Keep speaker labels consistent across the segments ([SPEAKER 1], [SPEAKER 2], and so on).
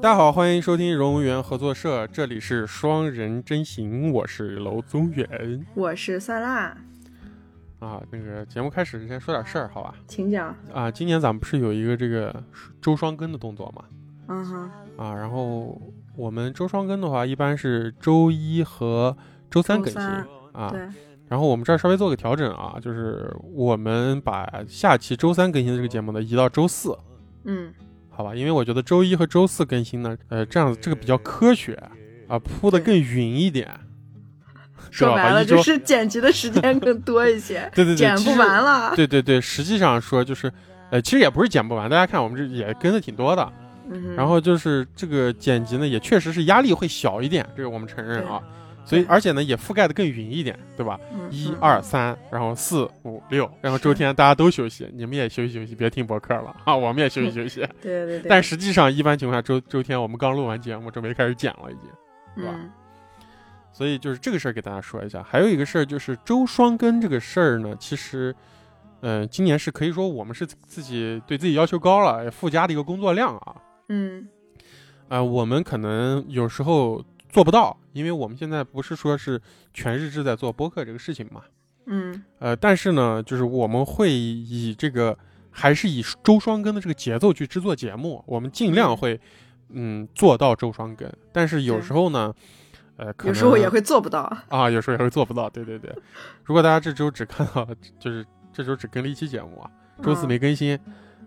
[SPEAKER 1] 大家好，欢迎收听荣文园合作社，这里是双人真行，我是娄宗远
[SPEAKER 2] 我是酸辣，
[SPEAKER 1] 啊。那个节目开始之前说点事儿，好吧？
[SPEAKER 2] 请讲。
[SPEAKER 1] 啊，今年咱们不是有一个这个周双更的动作嘛？
[SPEAKER 2] 嗯哼，
[SPEAKER 1] 啊，然后我们周双更的话，一般是周一和周三更新
[SPEAKER 2] 周三
[SPEAKER 1] 啊。
[SPEAKER 2] 对，
[SPEAKER 1] 然后我们这儿稍微做个调整啊，就是我们把下期周三更新的这个节目呢移到周四，
[SPEAKER 2] 嗯，
[SPEAKER 1] 好吧？因为我觉得周一和周四更新呢，呃，这样子这个比较科学啊，铺的更匀一点。是
[SPEAKER 2] 嗯说
[SPEAKER 1] 吧
[SPEAKER 2] 白
[SPEAKER 1] 把
[SPEAKER 2] 了
[SPEAKER 1] 一周，
[SPEAKER 2] 就是剪辑的时间更多一些
[SPEAKER 1] 对对对，
[SPEAKER 2] 剪
[SPEAKER 1] 其
[SPEAKER 2] 不
[SPEAKER 1] 实
[SPEAKER 2] 完了。
[SPEAKER 1] 对对对，实际上说就是，呃，其实也不是剪不完，大家看我们这也跟的挺多的。
[SPEAKER 2] 嗯哼，
[SPEAKER 1] 然后就是这个剪辑呢，也确实是压力会小一点，这个我们承认啊。所以而且呢，也覆盖的更匀一点，对吧？
[SPEAKER 2] 嗯
[SPEAKER 1] 一
[SPEAKER 2] 嗯
[SPEAKER 1] 二三，然后四五六，然后周天大家都休息，你们也休息休息，别听博客了啊，我们也休息休息。
[SPEAKER 2] 对对对，
[SPEAKER 1] 但实际上，一般情况下，周周天我们刚录完节目，准备开始剪了已经。是吧
[SPEAKER 2] 嗯
[SPEAKER 1] 所以就是这个事儿给大家说一下。还有一个事儿就是周双更这个事儿呢，其实，嗯、今年是可以说我们是自己对自己要求高了，也附加的一个工作量啊。
[SPEAKER 2] 嗯
[SPEAKER 1] 啊、我们可能有时候做不到，因为我们现在不是说是全日制在做播客这个事情嘛。
[SPEAKER 2] 嗯
[SPEAKER 1] 呃，但是呢，就是我们会以这个还是以周双更的这个节奏去制作节目，我们尽量
[SPEAKER 2] 嗯
[SPEAKER 1] 会嗯做到周双更，但是有
[SPEAKER 2] 对
[SPEAKER 1] 时候呢，呃，可能
[SPEAKER 2] 有时候也会做不到。
[SPEAKER 1] 啊，有时候也会做不到。对 对对，如果大家这周只看到 就是这周只更了一期节目啊，周四
[SPEAKER 2] 嗯
[SPEAKER 1] 没更新，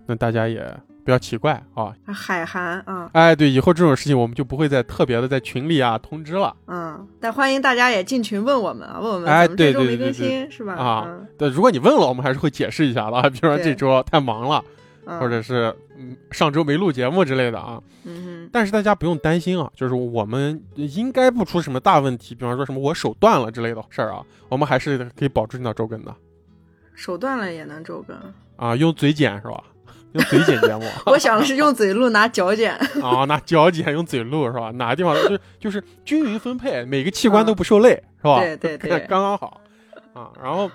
[SPEAKER 1] 那大家也不要奇怪啊。
[SPEAKER 2] 嗯海涵啊，
[SPEAKER 1] 哎，对，以后这种事情我们就不会再特别的在群里啊通知了。
[SPEAKER 2] 嗯，但欢迎大家也进群问我们啊，问我们
[SPEAKER 1] 哎
[SPEAKER 2] 怎么这周
[SPEAKER 1] 对对
[SPEAKER 2] 没
[SPEAKER 1] 对
[SPEAKER 2] 更
[SPEAKER 1] 对
[SPEAKER 2] 新是吧？嗯
[SPEAKER 1] 啊对，如果你问了，我们还是会解释一下的啊。比如说
[SPEAKER 2] 对
[SPEAKER 1] 这周太忙了，
[SPEAKER 2] 嗯，
[SPEAKER 1] 或者是嗯上周没录节目之类的啊。
[SPEAKER 2] 嗯哼，
[SPEAKER 1] 但是大家不用担心啊，就是我们应该不出什么大问题，比方说什么我手断了之类的事儿啊，我们还是可以保证到周更的
[SPEAKER 2] 手断了也能周 更。
[SPEAKER 1] 啊。用嘴剪是吧？用嘴剪节目。
[SPEAKER 2] 我想的是用嘴录，拿脚剪。
[SPEAKER 1] 啊，拿脚剪用嘴录是吧？哪个地方都就就是均匀分配，每个器官都不受累、是吧？
[SPEAKER 2] 嗯对对对
[SPEAKER 1] 刚刚好啊。然后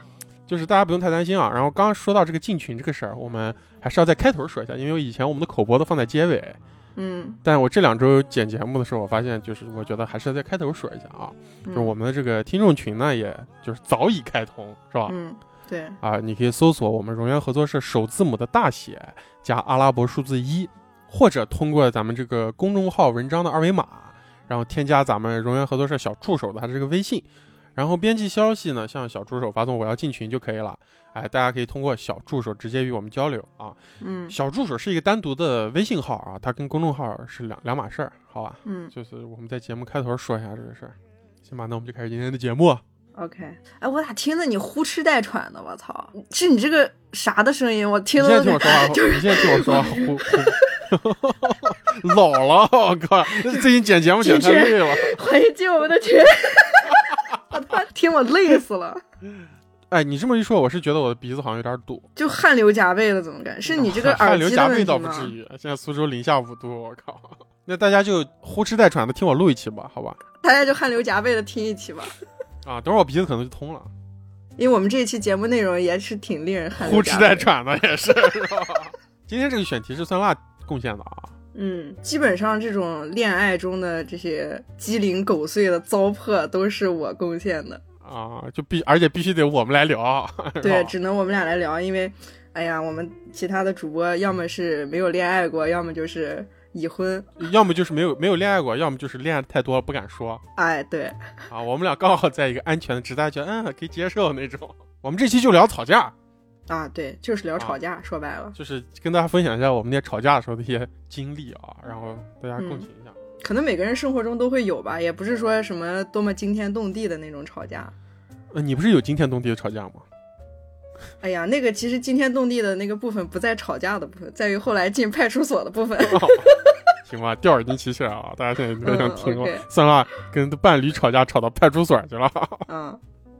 [SPEAKER 1] 就是大家不用太担心啊。然后刚刚说到这个进群这个事儿，我们还是要在开头说一下，因为以前我们的口播都放在结尾，
[SPEAKER 2] 嗯，
[SPEAKER 1] 但我这两周剪节目的时候，我发现就是我觉得还是要在开头说一下啊，就
[SPEAKER 2] 嗯
[SPEAKER 1] 是我们的这个听众群呢，也就是早已开通是吧？
[SPEAKER 2] 嗯，对，
[SPEAKER 1] 啊，你可以搜索我们荣源合作社首字母的大写加阿拉伯数字一，或者通过咱们这个公众号文章的二维码，然后添加咱们荣源合作社小助手的他这个微信，然后编辑消息呢向小助手发送我要进群就可以了。哎，大家可以通过小助手直接与我们交流啊。
[SPEAKER 2] 嗯
[SPEAKER 1] 小助手是一个单独的微信号啊，它跟公众号是两两码事儿，好吧？
[SPEAKER 2] 嗯
[SPEAKER 1] 就是我们在节目开头说一下这个事儿。行吧，那我们就开始今天的节目。
[SPEAKER 2] ，OK。哎，我咋听着你呼哧带喘的？我操！是你这个啥的声音？我听
[SPEAKER 1] 你
[SPEAKER 2] 着
[SPEAKER 1] 现在
[SPEAKER 2] 都
[SPEAKER 1] 听我说话，
[SPEAKER 2] 就是
[SPEAKER 1] 你现在听我说话，呼呼， 老了，我靠！最近剪节目剪太累了。
[SPEAKER 2] 欢迎进我们的群。我他妈听我累死了，
[SPEAKER 1] 哎，你这么一说，我是觉得我的鼻子好像有点堵。
[SPEAKER 2] 就汗流浃背了，怎么感？是你这个
[SPEAKER 1] 汗
[SPEAKER 2] 耳
[SPEAKER 1] 流
[SPEAKER 2] 机的
[SPEAKER 1] 浃
[SPEAKER 2] 问
[SPEAKER 1] 背
[SPEAKER 2] 题
[SPEAKER 1] 倒不
[SPEAKER 2] 吗？
[SPEAKER 1] 至于，现在苏州零下五度，我靠！那大家就呼哧带喘的听我录一期吧，好吧？
[SPEAKER 2] 大家就汗流浃背的听一期吧，
[SPEAKER 1] 啊，等会儿我鼻子可能就通了，
[SPEAKER 2] 因为我们这一期节目内容也是挺令人汗流
[SPEAKER 1] 呼哧
[SPEAKER 2] 浃
[SPEAKER 1] 带
[SPEAKER 2] 背。
[SPEAKER 1] 喘的也是。是吧今天这个选题是酸辣贡献的啊，
[SPEAKER 2] 嗯，基本上这种恋爱中的这些鸡零狗碎的糟粕都是我贡献的。
[SPEAKER 1] 啊，就必而且必须得我们来聊。
[SPEAKER 2] 对，
[SPEAKER 1] 是吧
[SPEAKER 2] 只能我们俩来聊，因为，哎呀，我们其他的主播要么是没有恋爱过，要么就是已婚。
[SPEAKER 1] 要么就是没有没有恋爱过，要么就是恋爱太多了不敢说。
[SPEAKER 2] 哎，对，
[SPEAKER 1] 啊，我们俩刚好在一个安全的值，大家觉得嗯可以接受那种。 我们这期就聊吵架，
[SPEAKER 2] 啊，对，就是聊吵架，说白了，
[SPEAKER 1] 就是跟大家分享一下我们那吵架的时候的一些经历啊，然后大家共情一下。
[SPEAKER 2] 可能每个人生活中都会有吧，也不是说什么多么惊天动地的那种吵架。
[SPEAKER 1] 呃，你不是有惊天动地的吵架吗？
[SPEAKER 2] 哎呀，那个其实惊天动地的那个部分不在吵架的部分，在于后来进派出所 的部分。
[SPEAKER 1] 行吧，掉耳钉骑起来啊！ 大家现在都想听了
[SPEAKER 2] 嗯，，OK
[SPEAKER 1] 算了，跟伴侣吵架吵到派出所去了。
[SPEAKER 2] 嗯，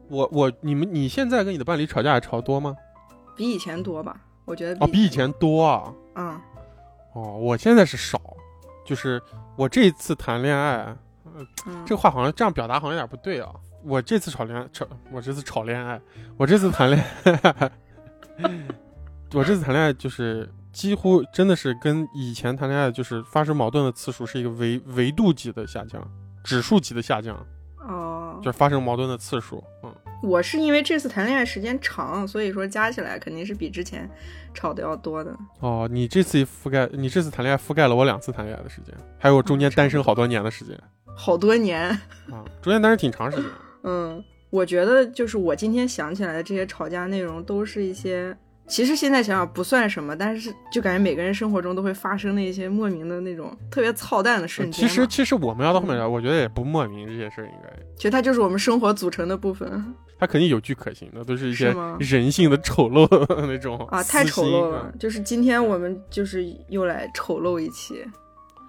[SPEAKER 1] 我我你们你现在跟你的伴侣吵架也吵得多吗？
[SPEAKER 2] 比以前多吧，我觉得
[SPEAKER 1] 啊，比以前多啊。
[SPEAKER 2] 嗯
[SPEAKER 1] 哦，我现在是少，就是我这一次谈恋爱，
[SPEAKER 2] 嗯
[SPEAKER 1] 这个话好像这样表达好像有点不对啊。我这次吵恋爱，吵我这次吵 恋爱，我这次谈恋爱，我这次谈恋爱就是几乎真的是跟以前谈恋爱就是发生矛盾的次数是一个维维度级的下降，指数级的下降，
[SPEAKER 2] 哦
[SPEAKER 1] 就，是发生矛盾的次数。嗯，
[SPEAKER 2] 我是因为这次谈恋爱时间长，所以说加起来肯定是比之前吵的要多的。
[SPEAKER 1] 哦，你这次覆盖，你这次谈恋爱覆盖了我两次谈恋爱的时间，还有我中间单身好多年的时间
[SPEAKER 2] 好多年。
[SPEAKER 1] 啊，中间单身挺长时间。
[SPEAKER 2] 嗯，我觉得就是我今天想起来的这些吵架内容，都是一些其实现在想想不算什么，但是就感觉每个人生活中都会发生的一些莫名的那种特别操蛋的瞬间
[SPEAKER 1] 呃其
[SPEAKER 2] 嘛。嗯
[SPEAKER 1] 实其实我们要到后面聊，我觉得也不莫名这些事儿，应该
[SPEAKER 2] 其实它就是我们生活组成的部分
[SPEAKER 1] 它肯定有据可循的，都是一些
[SPEAKER 2] 是吗
[SPEAKER 1] 人性的丑陋的那种
[SPEAKER 2] 啊，太
[SPEAKER 1] 私
[SPEAKER 2] 丑
[SPEAKER 1] 心
[SPEAKER 2] 陋
[SPEAKER 1] 嗯
[SPEAKER 2] 了。就是今天我们就是又来丑陋一期。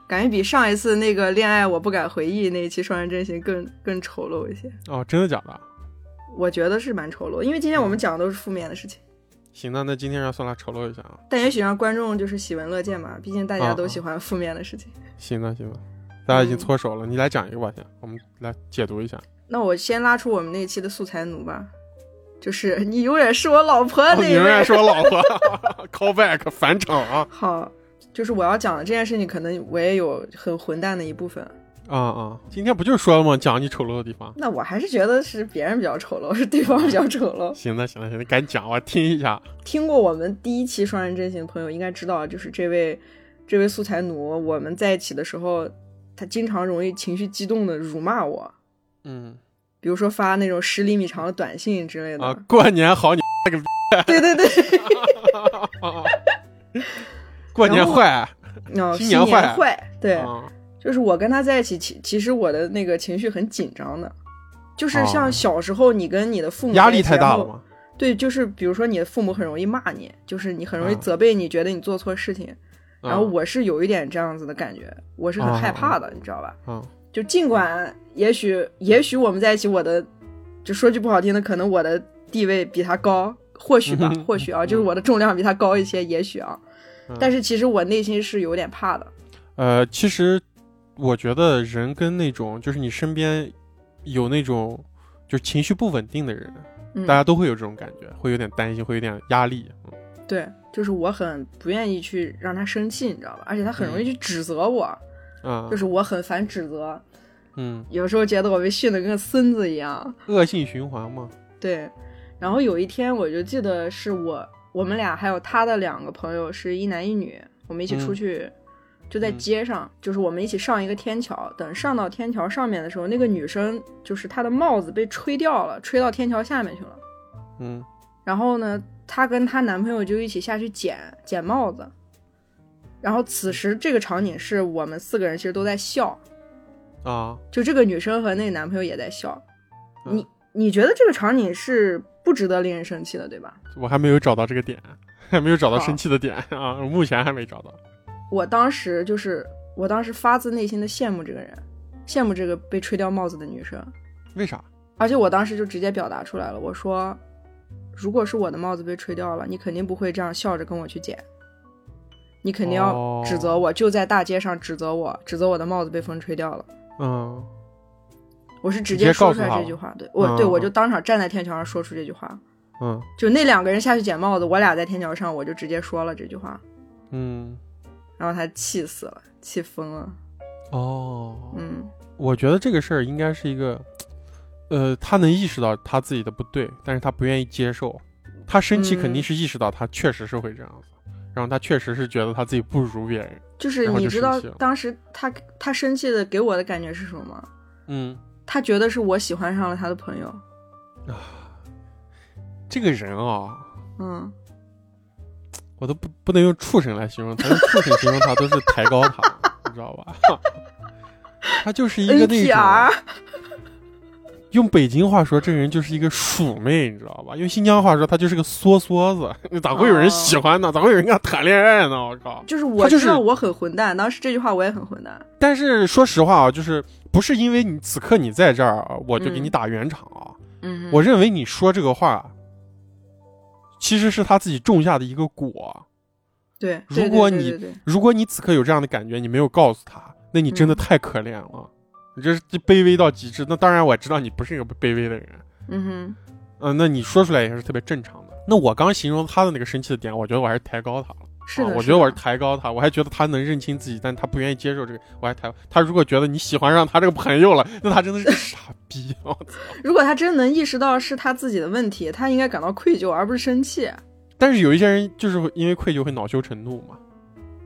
[SPEAKER 2] 感觉比上一次那个恋爱我不敢回忆那一期《双人真心更》更丑陋一些，
[SPEAKER 1] 哦，真的假的？
[SPEAKER 2] 我觉得是蛮丑陋，因为今天我
[SPEAKER 1] 嗯
[SPEAKER 2] 们讲的都是负面的事情。
[SPEAKER 1] 行，那那今天让算辣丑陋一下啊。
[SPEAKER 2] 但也许让观众就是喜闻乐见嘛，毕竟大家都
[SPEAKER 1] 嗯
[SPEAKER 2] 喜欢负面的事情。
[SPEAKER 1] 行那行那大家已
[SPEAKER 2] 嗯
[SPEAKER 1] 经搓手了，你来讲一个吧，先，我们来解读一下。
[SPEAKER 2] 那我先拉出我们那期的素材奴吧，就是你永远是我老婆
[SPEAKER 1] 哦
[SPEAKER 2] 啊那
[SPEAKER 1] 你
[SPEAKER 2] 一
[SPEAKER 1] 永
[SPEAKER 2] 位。
[SPEAKER 1] 远是我 老婆，call back 返场啊
[SPEAKER 2] 好，就是我要讲的这件事情，可能我也有很混蛋的一部分。
[SPEAKER 1] 啊啊！今天不就说了吗？讲你丑陋的地方。
[SPEAKER 2] 那我还是觉得是别人比较丑陋，是对方比较丑陋。
[SPEAKER 1] 行了行了行了，赶紧讲，我听一下。
[SPEAKER 2] 听过我们第一期双人真行的朋友应该知道，就是这位这位素材奴，我们在一起的时候，他经常容易情绪激动的辱骂我，
[SPEAKER 1] 嗯
[SPEAKER 2] 比如说发那种十厘米长的短信之类的。
[SPEAKER 1] 啊，过年好你
[SPEAKER 2] 对对对。
[SPEAKER 1] 过年
[SPEAKER 2] 然后
[SPEAKER 1] 坏
[SPEAKER 2] 哦，
[SPEAKER 1] 新
[SPEAKER 2] 新
[SPEAKER 1] 年坏
[SPEAKER 2] 对，
[SPEAKER 1] 啊
[SPEAKER 2] 就是我跟他在一起，其其实我的那个情绪很紧张的，就是
[SPEAKER 1] 哦
[SPEAKER 2] 像小时候你跟你的父母
[SPEAKER 1] 压
[SPEAKER 2] 在一
[SPEAKER 1] 力
[SPEAKER 2] 起
[SPEAKER 1] 太大
[SPEAKER 2] 嗯然
[SPEAKER 1] 了
[SPEAKER 2] 后
[SPEAKER 1] 吗？
[SPEAKER 2] 对，就是比如说你的父母很容易骂你，就是你很容易
[SPEAKER 1] 啊
[SPEAKER 2] 责备你，觉得你做错事情。然后
[SPEAKER 1] 啊
[SPEAKER 2] 我是有一点这样子的感觉，我是很
[SPEAKER 1] 哦
[SPEAKER 2] 害怕的，你知道吧？
[SPEAKER 1] 啊
[SPEAKER 2] 就尽管也许也许我们在一起，我的就说句不好听的，可能我的地位比他高，或许吧
[SPEAKER 1] 嗯，
[SPEAKER 2] 或许啊，就是我的重量比他高一些，也许啊
[SPEAKER 1] 嗯，
[SPEAKER 2] 但是其实我内心是有点怕的。
[SPEAKER 1] 呃，其实我觉得人跟那种就是你身边有那种就是情绪不稳定的人，
[SPEAKER 2] 嗯
[SPEAKER 1] 大家都会有这种感觉，会有点担心，会有点压力。嗯
[SPEAKER 2] 对，就是我很不愿意去让他生气，你知道吧？而且他很容易去指责我，
[SPEAKER 1] 嗯啊，
[SPEAKER 2] 就是我很烦指责，
[SPEAKER 1] 嗯，
[SPEAKER 2] 有时候觉得我被训得跟个孙子一样。
[SPEAKER 1] 恶性循环嘛。
[SPEAKER 2] 对，然后有一天我就记得是我我们俩还有他的两个朋友是一男一女，我们一起出去。就在
[SPEAKER 1] 嗯
[SPEAKER 2] 街上，就是我们一起上一个天桥。等上到天桥上面的时候，那个女生就是她的帽子被吹掉了，吹到天桥下面去了。
[SPEAKER 1] 嗯
[SPEAKER 2] 然后呢，她跟她男朋友就一起下去捡捡帽子。然后此时这个场景是我们四个人其实都在笑，
[SPEAKER 1] 啊，
[SPEAKER 2] 就这个女生和那个男朋友也在笑。
[SPEAKER 1] 嗯
[SPEAKER 2] 你你觉得这个场景是不值得令人生气的，对吧？
[SPEAKER 1] 我还没有找到这个点，还没有找到
[SPEAKER 2] 好
[SPEAKER 1] 生气的点啊，我目前还没找到。
[SPEAKER 2] 我当时就是我当时发自内心的羡慕这个人，羡慕这个被吹掉帽子的女生，
[SPEAKER 1] 为啥？
[SPEAKER 2] 而且我当时就直接表达出来了，我说，如果是我的帽子被吹掉了，你肯定不会这样笑着跟我去捡，你肯定要
[SPEAKER 1] 哦
[SPEAKER 2] 指责我，就在大街上指责我，指责我的帽子被风吹掉了。
[SPEAKER 1] 嗯
[SPEAKER 2] 我是
[SPEAKER 1] 直
[SPEAKER 2] 直
[SPEAKER 1] 接
[SPEAKER 2] 接
[SPEAKER 1] 告
[SPEAKER 2] 说
[SPEAKER 1] 诉
[SPEAKER 2] 出来
[SPEAKER 1] 他
[SPEAKER 2] 这
[SPEAKER 1] 了
[SPEAKER 2] 句话，对我、
[SPEAKER 1] 嗯
[SPEAKER 2] 对我就当场站在天桥上说出这句话。
[SPEAKER 1] 嗯
[SPEAKER 2] 就那两个人下去捡帽子，我俩在天桥上，我就直接说了这句话，
[SPEAKER 1] 嗯，
[SPEAKER 2] 然后他气死了，气疯了。
[SPEAKER 1] 哦，
[SPEAKER 2] 嗯，
[SPEAKER 1] 我觉得这个事儿应该是一个，呃，他能意识到他自己的不对，但是他不愿意接受。他生气
[SPEAKER 2] 嗯
[SPEAKER 1] 肯定是意识到他确实是会这样子，然后他确实是觉得他自己不如别人。
[SPEAKER 2] 就是
[SPEAKER 1] 然后
[SPEAKER 2] 你
[SPEAKER 1] 就
[SPEAKER 2] 知
[SPEAKER 1] 生
[SPEAKER 2] 道
[SPEAKER 1] 气了
[SPEAKER 2] 当时他他生气的给我的感觉是什么吗？
[SPEAKER 1] 嗯，
[SPEAKER 2] 他觉得是我喜欢上了他的朋友。
[SPEAKER 1] 这个人啊，
[SPEAKER 2] 嗯，
[SPEAKER 1] 我都不不能用畜生来形容他，用畜生形容他都是抬高他，你知道吧？他就是一个那种
[SPEAKER 2] NPR
[SPEAKER 1] 用北京话说，这个人就是一个鼠妹，你知道吧？用新疆话说，他就是个缩缩子。 咋会有人喜欢呢？咋会有人跟他谈恋爱呢？我靠！
[SPEAKER 2] 就是
[SPEAKER 1] 他
[SPEAKER 2] 我
[SPEAKER 1] 就是
[SPEAKER 2] 知道我很混蛋，当时这句话我也很混蛋。
[SPEAKER 1] 但是说实话啊，就是不是因为你此刻你在这儿啊，我就给你
[SPEAKER 2] 嗯
[SPEAKER 1] 打圆场啊。
[SPEAKER 2] 嗯
[SPEAKER 1] 我认为你说这个话，其实是他自己种下的一个果。
[SPEAKER 2] 对，
[SPEAKER 1] 如
[SPEAKER 2] 对对
[SPEAKER 1] 果
[SPEAKER 2] 对
[SPEAKER 1] 你
[SPEAKER 2] 对对
[SPEAKER 1] 如果你此刻有这样的感觉，你没有告诉他，那你真的
[SPEAKER 2] 嗯
[SPEAKER 1] 太可怜了，你这是卑微到极致。那当然，我知道你不是一个卑微的人，
[SPEAKER 2] 嗯哼，
[SPEAKER 1] 嗯、那你说出来也是特别正常的。那我刚形容他的那个生气的点，我觉得我还是抬高他了。
[SPEAKER 2] 是的
[SPEAKER 1] 啊，我
[SPEAKER 2] 是
[SPEAKER 1] 觉得我是
[SPEAKER 2] 的
[SPEAKER 1] 抬高他，我还觉得他能认清自己，但他不愿意接受这个，我还抬他。如果觉得你喜欢上他这个朋友了，那他真的是个傻逼。啊我操
[SPEAKER 2] 如果他真能意识到是他自己的问题，他应该感到愧疚而不是生气。
[SPEAKER 1] 但是有一些人就是会因为愧疚会恼羞成怒嘛，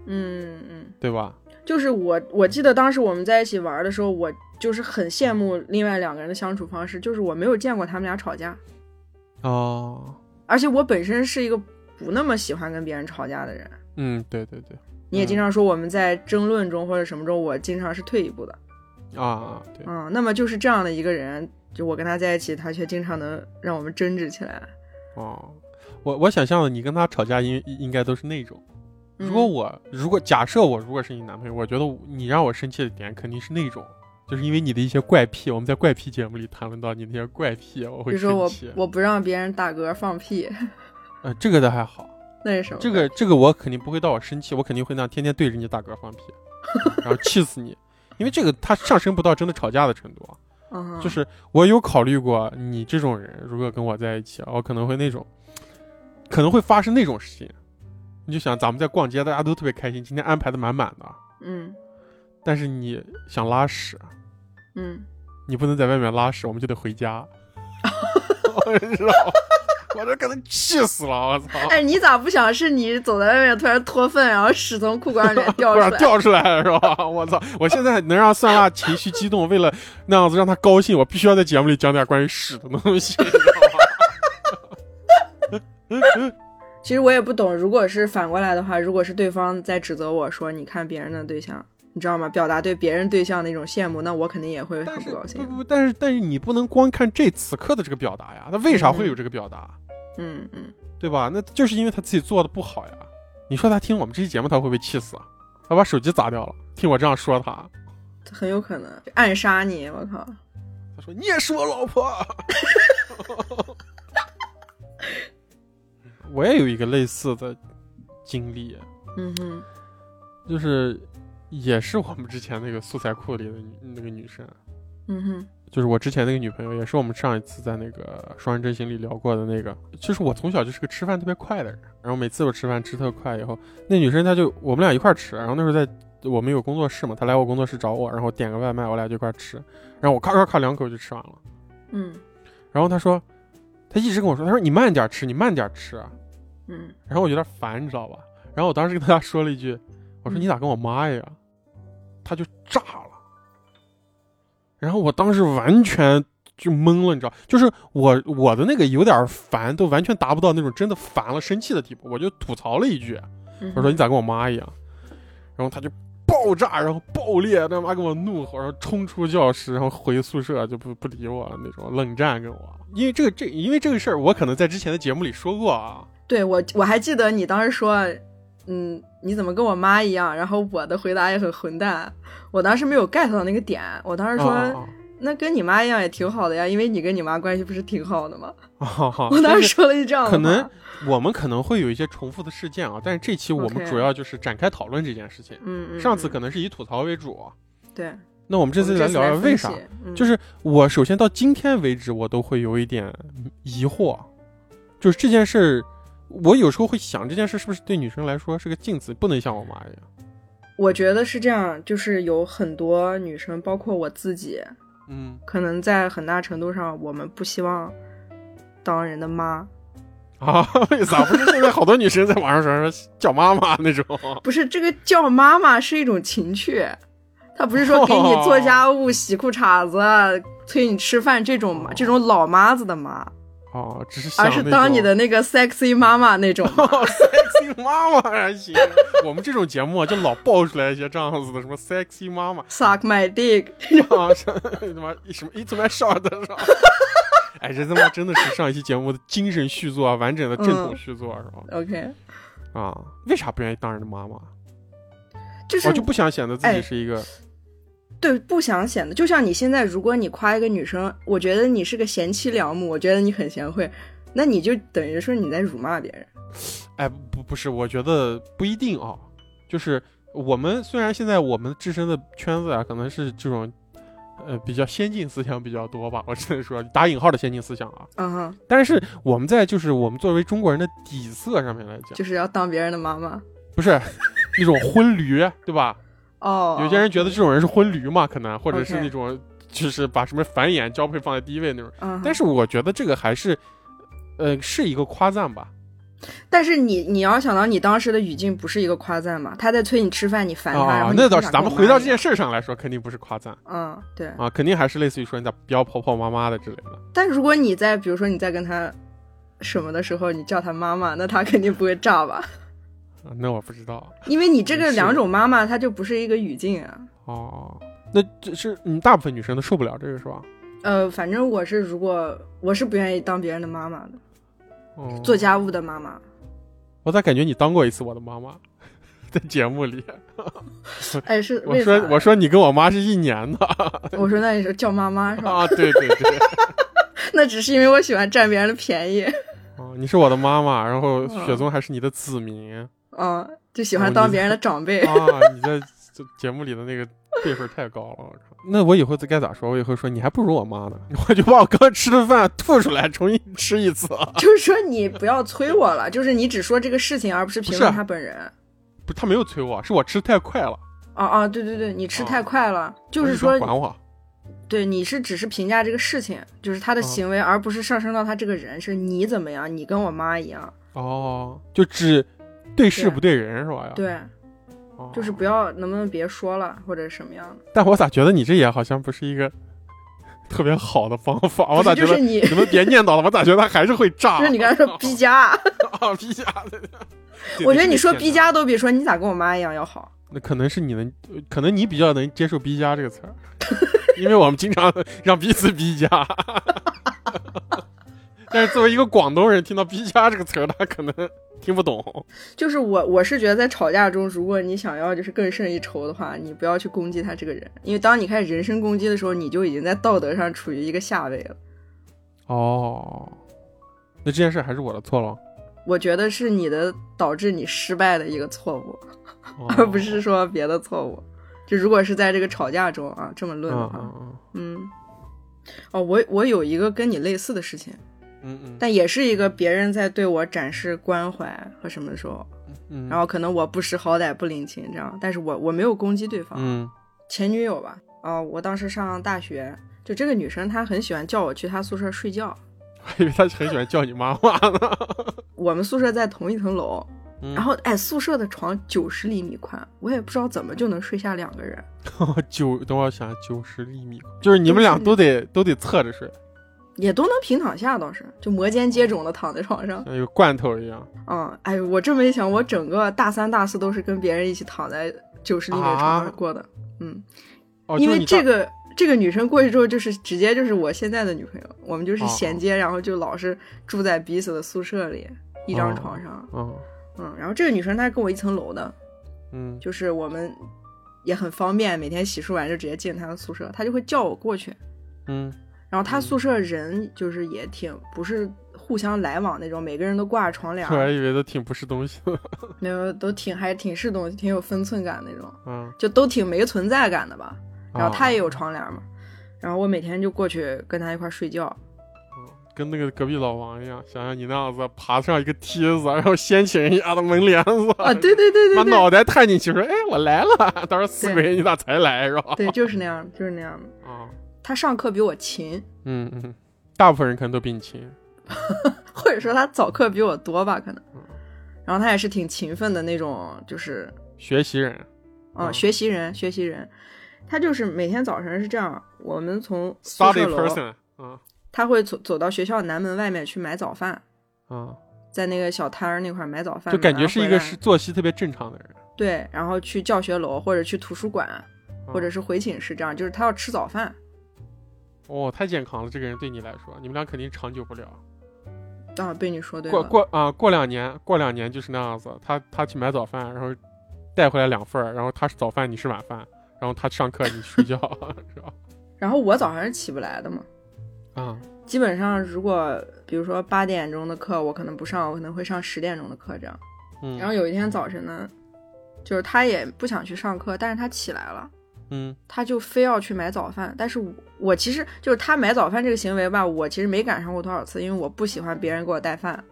[SPEAKER 2] 嗯嗯，
[SPEAKER 1] 对吧？
[SPEAKER 2] 就是我我记得当时我们在一起玩的时候，我就是很羡慕另外两个人的相处方式，就是我没有见过他们俩吵架，
[SPEAKER 1] 哦，
[SPEAKER 2] 而且我本身是一个不那么喜欢跟别人吵架的人。
[SPEAKER 1] 嗯，对对对，
[SPEAKER 2] 你也经
[SPEAKER 1] 嗯
[SPEAKER 2] 常说我们在争论中或者什么中，我经常是退一步的。
[SPEAKER 1] 啊，对，
[SPEAKER 2] 嗯，那么就是这样的一个人，就我跟他在一起，他却经常能让我们争执起来。
[SPEAKER 1] 哦，我我想象的你跟他吵架应应该都是那种。
[SPEAKER 2] 嗯
[SPEAKER 1] 如果我如果假设我如果是你男朋友，我觉得你让我生气的点肯定是那种，就是因为你的一些怪癖，我们在怪癖节目里谈论到你那些怪癖，啊我
[SPEAKER 2] 比
[SPEAKER 1] 会
[SPEAKER 2] 如说
[SPEAKER 1] 生
[SPEAKER 2] 我
[SPEAKER 1] 气。
[SPEAKER 2] 我不让别人打嗝放屁，
[SPEAKER 1] 呃，这个倒还好，
[SPEAKER 2] 那是什么？
[SPEAKER 1] 这个这个我肯定不会到我生气，我肯定会那样天天对着你打嗝放屁，然后气死你，因为这个它上升不到真的吵架的程度啊。
[SPEAKER 2] 嗯哼，
[SPEAKER 1] 就是我有考虑过你这种人，如果跟我在一起，啊我可能会那种，可能会发生那种事情。你就想咱们在逛街，大家都特别开心，今天安排的满满的，
[SPEAKER 2] 嗯
[SPEAKER 1] 但是你想拉屎，
[SPEAKER 2] 嗯，
[SPEAKER 1] 你不能在外面拉屎，我们就得回家。我知道，我这可能气死了，我操！
[SPEAKER 2] 哎，你咋不想是你走在外面突然脱粪，然后屎从裤管里 面掉
[SPEAKER 1] 突
[SPEAKER 2] 出
[SPEAKER 1] 然
[SPEAKER 2] 来？
[SPEAKER 1] 掉出来了是吧？ 我操！我现在能让蒜辣情绪激动，为了那样子让他高兴，我必须要在节目里讲点关于屎的东 西，你知道吗？
[SPEAKER 2] 其实我也不懂，如果是反过来的话，如果是对方在指责我说你看别人的对象，你知道吗？表达对别人对象的一种羡慕，那我肯定也会
[SPEAKER 1] 但
[SPEAKER 2] 很
[SPEAKER 1] 是
[SPEAKER 2] 不高兴
[SPEAKER 1] 不。不，但是但是你不能光看这此刻的这个表达呀，那为啥会有这个表达，
[SPEAKER 2] 嗯嗯，
[SPEAKER 1] 对吧？那就是因为他自己做的不好呀。你说他听我们这期节目，他会不会气死啊？他把手机砸掉了，听我这样说他，
[SPEAKER 2] 很有可能暗杀你，我靠！
[SPEAKER 1] 他说你也是我老 婆。我也有一个类似的经历，
[SPEAKER 2] 嗯哼，
[SPEAKER 1] 就是也是我们之前那个素材库里的女那个女生，
[SPEAKER 2] 嗯哼，
[SPEAKER 1] 就是我之前那个女朋友，也是我们上一次在那个《双人真心》里聊过的那个。就是我从小就是个吃饭特别快的人，然后每次我吃饭吃特快以后，那女生她就我们俩一块儿吃，然后那时候在我们有工作室嘛，她来我工作室找我，然后点个外卖，我俩就一块儿吃，然后我咔咔咔两口就吃完了。
[SPEAKER 2] 嗯
[SPEAKER 1] 然后她说，她一直跟我说，她说你慢点吃，你慢点吃啊。
[SPEAKER 2] 嗯，
[SPEAKER 1] 然后我有点烦，你知道吧？然后我当时跟她说了一句，我说
[SPEAKER 2] 嗯
[SPEAKER 1] 你咋跟我妈呀？她就炸了。然后我当时完全就懵了，你知道，就是我我的那个有点烦，都完全达不到那种真的烦了生气的地步，我就吐槽了一句，
[SPEAKER 2] 嗯哼
[SPEAKER 1] 我说你咋跟我妈一样？然后他就爆炸，然后爆裂，他妈跟我怒吼，然后冲出教室，然后回宿舍就不不理我那种，冷战跟我。因为这个这因为这个事儿，我可能在之前的节目里说过啊，
[SPEAKER 2] 对我我还记得你当时说，嗯，你怎么跟我妈一样？然后我的回答也很混蛋，我当时没有 get 到那个点，我当时说，
[SPEAKER 1] 啊
[SPEAKER 2] 那跟你妈一样也挺好的呀，因为你跟你妈关系不是挺好的吗？
[SPEAKER 1] 啊啊啊！
[SPEAKER 2] 我当
[SPEAKER 1] 但是
[SPEAKER 2] 时说了一这样的话，
[SPEAKER 1] 可能我们可能会有一些重复的事件啊，但是这期我们
[SPEAKER 2] OK
[SPEAKER 1] 主要就是展开讨论这件事情。
[SPEAKER 2] 嗯，嗯
[SPEAKER 1] 上次
[SPEAKER 2] 嗯
[SPEAKER 1] 可能是以吐槽为主，啊
[SPEAKER 2] 对，
[SPEAKER 1] 那我们这
[SPEAKER 2] 我
[SPEAKER 1] 次
[SPEAKER 2] 们
[SPEAKER 1] 来
[SPEAKER 2] 这
[SPEAKER 1] 聊聊
[SPEAKER 2] 分
[SPEAKER 1] 为啥
[SPEAKER 2] 析？嗯、
[SPEAKER 1] 就是我首先到今天为止，我都会有一点疑惑，就是这件事儿，我有时候会想，这件事是不是对女生来说是个禁忌，不能像我妈一样？
[SPEAKER 2] 我觉得是这样，就是有很多女生，包括我自己，
[SPEAKER 1] 嗯
[SPEAKER 2] 可能在很大程度上，我们不希望当人的妈，
[SPEAKER 1] 啊，为啥不是现在好多女生在网上说说叫妈妈那种？
[SPEAKER 2] 不是这个叫妈妈是一种情趣，她不是说给你做家务、洗裤衩子、催你吃饭这种妈，这种老妈子的妈，
[SPEAKER 1] 哦，只是哦想
[SPEAKER 2] 而
[SPEAKER 1] 那
[SPEAKER 2] 是
[SPEAKER 1] 种
[SPEAKER 2] 当你的那个 sexy 妈妈那种 妈。
[SPEAKER 1] 哦 sexy 妈妈还行，我们这种节目啊就老爆出来一些这样子的，什么 sexy 妈 妈
[SPEAKER 2] Suck my dick，
[SPEAKER 1] 啊，什么什么 什么 it's my shot 是吧？ 哎，这他妈真的是上一期节目的精神续作啊，完整的正统
[SPEAKER 2] 嗯
[SPEAKER 1] 续作是吧？
[SPEAKER 2] OK，嗯
[SPEAKER 1] 啊，为啥不愿意当人的妈妈？
[SPEAKER 2] 就是、
[SPEAKER 1] 哦我就不想显得自己
[SPEAKER 2] 哎
[SPEAKER 1] 是一个
[SPEAKER 2] 对不想显得，就像你现在，如果你夸一个女生，我觉得你是个贤妻良母，我觉得你很贤惠，那你就等于说你在辱骂别人。
[SPEAKER 1] 哎，不不是，我觉得不一定啊。就是我们虽然现在我们自身的圈子啊，可能是这种呃比较先进思想比较多吧，我只能说打引号的先进思想啊。
[SPEAKER 2] 嗯哼，
[SPEAKER 1] 但是我们在就是我们作为中国人的底色上面来讲，
[SPEAKER 2] 就是要当别人的妈妈。
[SPEAKER 1] 不 是那种婚驴，对吧？
[SPEAKER 2] 哦，
[SPEAKER 1] 有些人觉得这种人是婚驴嘛，可能或者是
[SPEAKER 2] OK
[SPEAKER 1] 那种就是把什么繁衍交配放在第一位那种。
[SPEAKER 2] 嗯，
[SPEAKER 1] 但是我觉得这个还是，呃，是一个夸赞吧。
[SPEAKER 2] 但是你你要想到你当时的语境不是一个夸赞嘛，他在催你吃饭，你烦他，然
[SPEAKER 1] 啊
[SPEAKER 2] 后，你
[SPEAKER 1] 那
[SPEAKER 2] 不
[SPEAKER 1] 倒
[SPEAKER 2] 想
[SPEAKER 1] 是，
[SPEAKER 2] 跟
[SPEAKER 1] 咱
[SPEAKER 2] 我
[SPEAKER 1] 们回到
[SPEAKER 2] 妈
[SPEAKER 1] 这
[SPEAKER 2] 一
[SPEAKER 1] 件
[SPEAKER 2] 样，
[SPEAKER 1] 事上来说，肯定不是夸赞
[SPEAKER 2] 嗯，对。
[SPEAKER 1] 啊，肯定还是类似于说你咋不要婆婆妈妈的之类的。
[SPEAKER 2] 但如果你在比如说你在跟他什么的时候，你叫他妈妈，那他肯定不会炸吧？
[SPEAKER 1] 啊那我不知道
[SPEAKER 2] 因为你这
[SPEAKER 1] 也
[SPEAKER 2] 个
[SPEAKER 1] 是
[SPEAKER 2] 两种妈妈，它就不是一个语境啊。
[SPEAKER 1] 哦。那这是嗯，大部分女生都受不了这个是吧？
[SPEAKER 2] 呃，反正我是如果我是不愿意当别人的妈妈的，
[SPEAKER 1] 哦，
[SPEAKER 2] 做家务的妈妈。
[SPEAKER 1] 我咋感觉你当过一次我的妈妈， 在节目里，
[SPEAKER 2] 哎，是
[SPEAKER 1] 我
[SPEAKER 2] 为
[SPEAKER 1] 说
[SPEAKER 2] 啥
[SPEAKER 1] 我说你跟我妈是一年 的
[SPEAKER 2] 我说那你说叫妈妈是吧？
[SPEAKER 1] 啊，对对对，
[SPEAKER 2] 那只是因为我喜欢占别人的便宜，
[SPEAKER 1] 哦，你是我的妈妈，然后
[SPEAKER 2] 嗯
[SPEAKER 1] 雪宗还是你的子民
[SPEAKER 2] 嗯，就喜
[SPEAKER 1] 哦
[SPEAKER 2] 欢
[SPEAKER 1] 你
[SPEAKER 2] 当别人的长辈。
[SPEAKER 1] 啊，你在这节目里的那个辈分太高了，我靠！那我以后该咋说？我以后说你还不如我妈呢， 我就把我刚吃的饭吐出来，重新吃一次。
[SPEAKER 2] 就是说你不要催我了， 就是你只说这个事情，而不是评论
[SPEAKER 1] 不是
[SPEAKER 2] 他本人。
[SPEAKER 1] 不，他没有催我，是我吃太快了，
[SPEAKER 2] 啊啊，对对对，你吃太快了，就
[SPEAKER 1] 我
[SPEAKER 2] 是
[SPEAKER 1] 哦你不要
[SPEAKER 2] 说，
[SPEAKER 1] 管我。
[SPEAKER 2] 对，你是只是评价这个事情，就是他的
[SPEAKER 1] 啊
[SPEAKER 2] 行为，而不是上升到他这个人，是你怎么样，你跟我妈一样，
[SPEAKER 1] 哦，就只对事
[SPEAKER 2] 对
[SPEAKER 1] 不对人是吧？呀，
[SPEAKER 2] 对，
[SPEAKER 1] 哦
[SPEAKER 2] 就是不要，能不能别说了，或者什么样的，
[SPEAKER 1] 但我咋觉得你这也好像不是一个特别好的方法？哦我
[SPEAKER 2] 不
[SPEAKER 1] 咋
[SPEAKER 2] 是
[SPEAKER 1] 觉
[SPEAKER 2] 就是
[SPEAKER 1] 得
[SPEAKER 2] 你，
[SPEAKER 1] 你们别念叨了，我咋觉得还是会炸？
[SPEAKER 2] 就是你刚才 说逼家，
[SPEAKER 1] 啊逼加的，对
[SPEAKER 2] 我觉得你说逼，
[SPEAKER 1] 对对
[SPEAKER 2] 家都比说你咋跟我妈一样要好。
[SPEAKER 1] 那可能是你能，呃可能你比较能接受逼加这个词儿，因为我们经常让彼此逼加。 但是作为一个广东人，听到“逼加”这个词儿，他可能听不懂。
[SPEAKER 2] 就是我，我是觉得在吵架中，如果你想要就是更胜一筹的话，你不要去攻击他这个人，因为当你开始人身攻击的时候，你就已经在道德上处于一个下位了。
[SPEAKER 1] 哦，那这件事还是我的错 了，
[SPEAKER 2] 我觉得是你的导致你失败的一个错误，
[SPEAKER 1] 哦
[SPEAKER 2] 而不是说别的错误。就如果是在这个吵架中啊这么论的
[SPEAKER 1] 嗯
[SPEAKER 2] 话，
[SPEAKER 1] 嗯
[SPEAKER 2] 嗯，哦，我我有一个跟你类似的事情，
[SPEAKER 1] 嗯嗯
[SPEAKER 2] 但也是一个别人在对我展示关怀和什么的时候，
[SPEAKER 1] 嗯，
[SPEAKER 2] 然后可能我不识好歹不领情这样，但是我我没有攻击对方，
[SPEAKER 1] 嗯
[SPEAKER 2] 前女友吧，啊、我当时上大学，就这个女生她很喜欢叫我去她宿舍睡觉，
[SPEAKER 1] 还以为他很喜欢叫你妈妈呢。
[SPEAKER 2] 我们宿舍在同一层楼，
[SPEAKER 1] 嗯
[SPEAKER 2] 然后哎，宿舍的床九十厘米宽，我也不知道怎么就能睡下两个人。
[SPEAKER 1] 哦九，等会儿我想九十厘米，就是你们俩
[SPEAKER 2] 90
[SPEAKER 1] 都得都得侧着睡，
[SPEAKER 2] 也都能平躺下，倒是就摩肩接踵的躺在床上。
[SPEAKER 1] 像一个罐头一样。
[SPEAKER 2] 嗯，哎，我这么一想，我整个大三、大四都是跟别人一起躺在九十厘米的床
[SPEAKER 1] 啊
[SPEAKER 2] 上过的。嗯，
[SPEAKER 1] 哦，
[SPEAKER 2] 因
[SPEAKER 1] 就是
[SPEAKER 2] 为
[SPEAKER 1] 你
[SPEAKER 2] 这
[SPEAKER 1] 大
[SPEAKER 2] 个这个女生过去之后，就是直接就是我现在的女朋友，我们就是
[SPEAKER 1] 哦
[SPEAKER 2] 衔接，然后就老是住在彼此的宿舍里，一张床上。
[SPEAKER 1] 嗯
[SPEAKER 2] 嗯，然后这个女生她跟我一层楼的，
[SPEAKER 1] 嗯
[SPEAKER 2] 就是我们也很方便，每天洗漱完就直接进她的宿舍，她就会叫我过去。
[SPEAKER 1] 嗯
[SPEAKER 2] 然后她
[SPEAKER 1] 嗯
[SPEAKER 2] 宿舍人就是也挺不是互相来往那种，每个人都挂着床帘
[SPEAKER 1] 我还
[SPEAKER 2] 儿，
[SPEAKER 1] 以为都挺不是啊东西的。
[SPEAKER 2] 没有都挺还挺是东西，挺有分寸感那种，
[SPEAKER 1] 嗯，啊
[SPEAKER 2] 就都挺没存在感的吧。 然后她也
[SPEAKER 1] 有
[SPEAKER 2] 有床帘嘛，然后我每天就过去跟她一块儿睡 觉。
[SPEAKER 1] 跟那个隔壁老王一样，想象你那样子爬上一个梯子，然后掀起人家的门帘子
[SPEAKER 2] 啊，对对对
[SPEAKER 1] 把
[SPEAKER 2] 对对，
[SPEAKER 1] 脑袋探进去说：“哎，我来了。”他说：“死鬼，你咋才来是 吧？”
[SPEAKER 2] 对就是那样，就是那样的。
[SPEAKER 1] 啊，
[SPEAKER 2] 她上课比我勤，
[SPEAKER 1] 嗯嗯，大部分人可能都比你勤。
[SPEAKER 2] 或者说她早课比我多吧，可能。然后她也是挺勤奋的那种，就是
[SPEAKER 1] 学习人，嗯
[SPEAKER 2] 嗯，学习人，学习人，他就是每天早晨是这样，我们从宿
[SPEAKER 1] study
[SPEAKER 2] 舍楼，
[SPEAKER 1] person，嗯
[SPEAKER 2] 他会走走到学校南门外面去买早饭，
[SPEAKER 1] 嗯，
[SPEAKER 2] 在那个小摊儿那块儿买早饭嘛，
[SPEAKER 1] 就感
[SPEAKER 2] 然
[SPEAKER 1] 觉
[SPEAKER 2] 后
[SPEAKER 1] 是一
[SPEAKER 2] 回
[SPEAKER 1] 个
[SPEAKER 2] 来
[SPEAKER 1] 是作息特别正常的人，
[SPEAKER 2] 对，然后去教学楼或者去图书馆，或者
[SPEAKER 1] 嗯
[SPEAKER 2] 是回寝室这样，就是他要吃早饭。
[SPEAKER 1] 哦，太健康了，这个人对你来说，你们俩肯定长久不了。
[SPEAKER 2] 啊，被你说对
[SPEAKER 1] 过
[SPEAKER 2] 了，
[SPEAKER 1] 过啊，过两年，过两年就是那样子，他他去买早饭，然后带回来两份儿，然后他是早饭，你是晚饭，然后他上课，你睡觉， 是吧？
[SPEAKER 2] 然后我早上是起不来的嘛，
[SPEAKER 1] 啊、
[SPEAKER 2] 基本上如果比如说八点钟的课我可能不上，我可能会上十点钟的课这样。
[SPEAKER 1] 嗯，
[SPEAKER 2] 然后有一天早晨呢，就是他也不想去上课，但是他起来了。
[SPEAKER 1] 嗯
[SPEAKER 2] 他就非要去买早饭，但是我我其实就是他买早饭这个行为吧，我其实没赶上过多少次，因为我不喜欢别人给我带饭，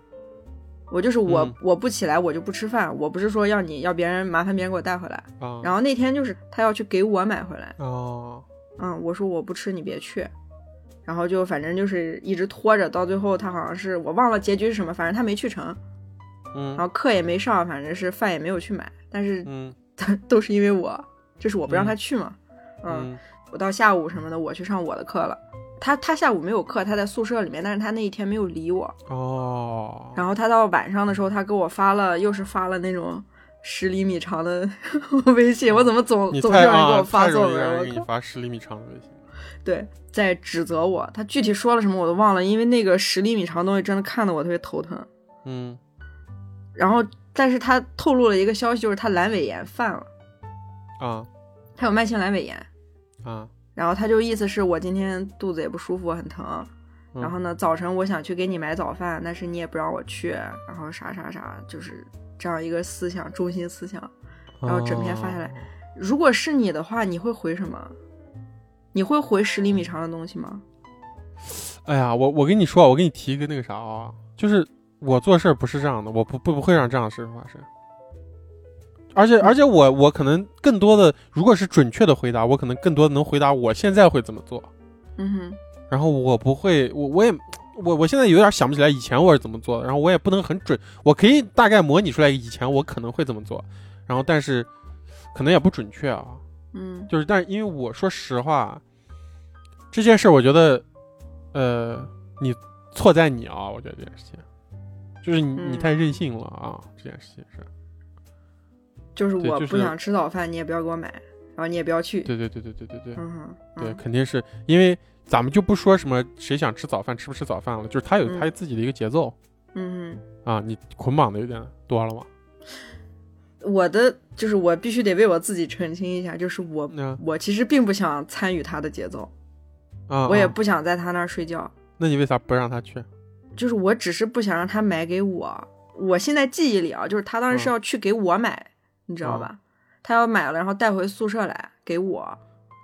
[SPEAKER 2] 我就是我、
[SPEAKER 1] 嗯
[SPEAKER 2] 我不起来我就不吃饭，我不是说要你要别人麻烦别人给我带回来。
[SPEAKER 1] 啊，
[SPEAKER 2] 然后那天就是他要去给我买回来，
[SPEAKER 1] 哦，
[SPEAKER 2] 嗯，我说我不吃你别去，然后就反正就是一直拖着，到最后他好像是我忘了结局是什么，反正他没去成，
[SPEAKER 1] 嗯
[SPEAKER 2] 然后课也没上，反正是饭也没有去买，但是
[SPEAKER 1] 嗯
[SPEAKER 2] 都是因为我，就是我不让他
[SPEAKER 1] 嗯
[SPEAKER 2] 去嘛，嗯
[SPEAKER 1] 嗯
[SPEAKER 2] 我到下午什么的，我去上我的课了。他他下午没有课，他在宿舍里面，但是他那一天没有理我。
[SPEAKER 1] 哦，
[SPEAKER 2] 然后他到晚上的时候，他给我发了，又是发了那种十厘米长的 微信。我怎么总
[SPEAKER 1] 哦你
[SPEAKER 2] 总是
[SPEAKER 1] 太
[SPEAKER 2] 让人给
[SPEAKER 1] 啊
[SPEAKER 2] 我发
[SPEAKER 1] 太
[SPEAKER 2] 作
[SPEAKER 1] 容易
[SPEAKER 2] 文
[SPEAKER 1] 让
[SPEAKER 2] 儿？
[SPEAKER 1] 人给
[SPEAKER 2] 我
[SPEAKER 1] 你
[SPEAKER 2] 靠！
[SPEAKER 1] 发十厘米长的微信，
[SPEAKER 2] 对，在指责我。他具体说了什么我都忘了，因为那个十厘米长的东西真的看得我特别头疼。
[SPEAKER 1] 嗯，
[SPEAKER 2] 然后，但是他透露了一个消息，就是他阑尾炎犯了，
[SPEAKER 1] 啊
[SPEAKER 2] 他有慢性阑尾炎。
[SPEAKER 1] 啊，
[SPEAKER 2] 然后他就意思是我今天肚子也不舒服，很疼。
[SPEAKER 1] 嗯
[SPEAKER 2] 然后呢，早晨我想去给你买早饭，但是你也不让我去，然后啥啥啥，就是这样一个思想中心思想。然后整篇发下来
[SPEAKER 1] 哦
[SPEAKER 2] 如果是你的话，你会回什么？你会回十厘米长的东西吗？
[SPEAKER 1] 哎呀，我我跟你说啊，我给你提一个那个啥啊，就是我做事儿不是这样的，我不不不会让这样的事情发生。而且而且我我可能更多的，如果是准确的回答，我可能更多的能回答我现在会怎么做。
[SPEAKER 2] 嗯哼，
[SPEAKER 1] 然后我不会，我我也我我现在有点想不起来以前我是怎么做的，然后我也不能很准，我可以大概模拟出来以前我可能会怎么做，然后但是可能也不准确啊，
[SPEAKER 2] 嗯
[SPEAKER 1] 就是但是因为我说实话，啊这件事儿我觉得，呃，你错在你啊，我觉得这件事情，就是你你
[SPEAKER 2] 嗯
[SPEAKER 1] 太任性了啊，这件事情是，
[SPEAKER 2] 就是
[SPEAKER 1] 对
[SPEAKER 2] 我
[SPEAKER 1] 就是
[SPEAKER 2] 不想吃早饭，你也不要给我买，然后你也不要去。
[SPEAKER 1] 对对对对对对对
[SPEAKER 2] 嗯哼，
[SPEAKER 1] 对，
[SPEAKER 2] 嗯
[SPEAKER 1] 肯定是因为咱们就不说什么谁想吃早饭吃不吃早饭了，就是他有
[SPEAKER 2] 嗯
[SPEAKER 1] 他自己的一个节奏。
[SPEAKER 2] 嗯
[SPEAKER 1] 啊，你捆绑的有点多了嘛？
[SPEAKER 2] 哼，我的就是我必须得为我自己澄清一下，就是我
[SPEAKER 1] 那
[SPEAKER 2] 我其实并不想参与他的节奏，
[SPEAKER 1] 啊，
[SPEAKER 2] 我也
[SPEAKER 1] 啊
[SPEAKER 2] 不想在他那儿睡觉。
[SPEAKER 1] 那你为啥不让他去？
[SPEAKER 2] 就是我只是不想让他买给我。我现在记忆里啊，就是他当时是
[SPEAKER 1] 嗯
[SPEAKER 2] 要去给我买，你知道吧？他要买了，然后带回宿舍来给我。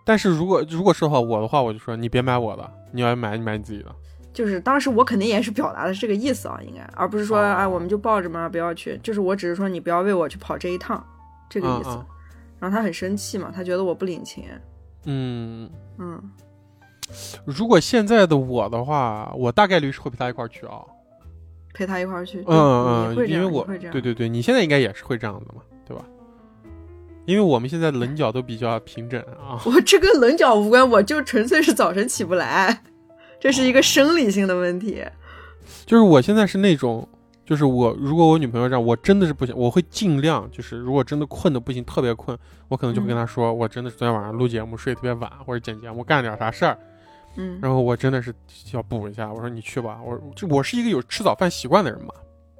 [SPEAKER 1] 但是如果如果说好我的话，我就说你别买我的，你要买你买你自己的。
[SPEAKER 2] 就是当时我肯定也是表达的是这个意思啊，应该，而不是说、
[SPEAKER 1] 哦
[SPEAKER 2] 啊我们就抱着嘛，不要去。就是我只是说你不要为我去跑这一趟，这个意思。
[SPEAKER 1] 嗯
[SPEAKER 2] 然后他很生气嘛，他觉得我不领情。
[SPEAKER 1] 嗯，
[SPEAKER 2] 嗯，
[SPEAKER 1] 如果现在的我的话，我大概率是会陪他一块儿去啊。
[SPEAKER 2] 陪他一块儿去。
[SPEAKER 1] 嗯
[SPEAKER 2] 你
[SPEAKER 1] 嗯，
[SPEAKER 2] 会这
[SPEAKER 1] 因
[SPEAKER 2] 样，
[SPEAKER 1] 为我
[SPEAKER 2] 你会这样。
[SPEAKER 1] 对对对，你现在应该也是会这样子嘛，对吧？因为我们现在棱角都比较平整啊。
[SPEAKER 2] 我这跟棱角无关，我就纯粹是早晨起不来，这是一个生理性的问题。
[SPEAKER 1] 就是我现在是那种，就是我如果我女朋友这样，我真的是不行，我会尽量就是如果真的困的不行，特别困，我可能就
[SPEAKER 2] 嗯
[SPEAKER 1] 会跟她说，我真的是昨天晚上录节目睡得特别晚，或者剪节目干了点啥事儿，
[SPEAKER 2] 嗯
[SPEAKER 1] 然后我真的是要补一下，我说你去吧，我就我是一个有吃早饭习惯的人嘛，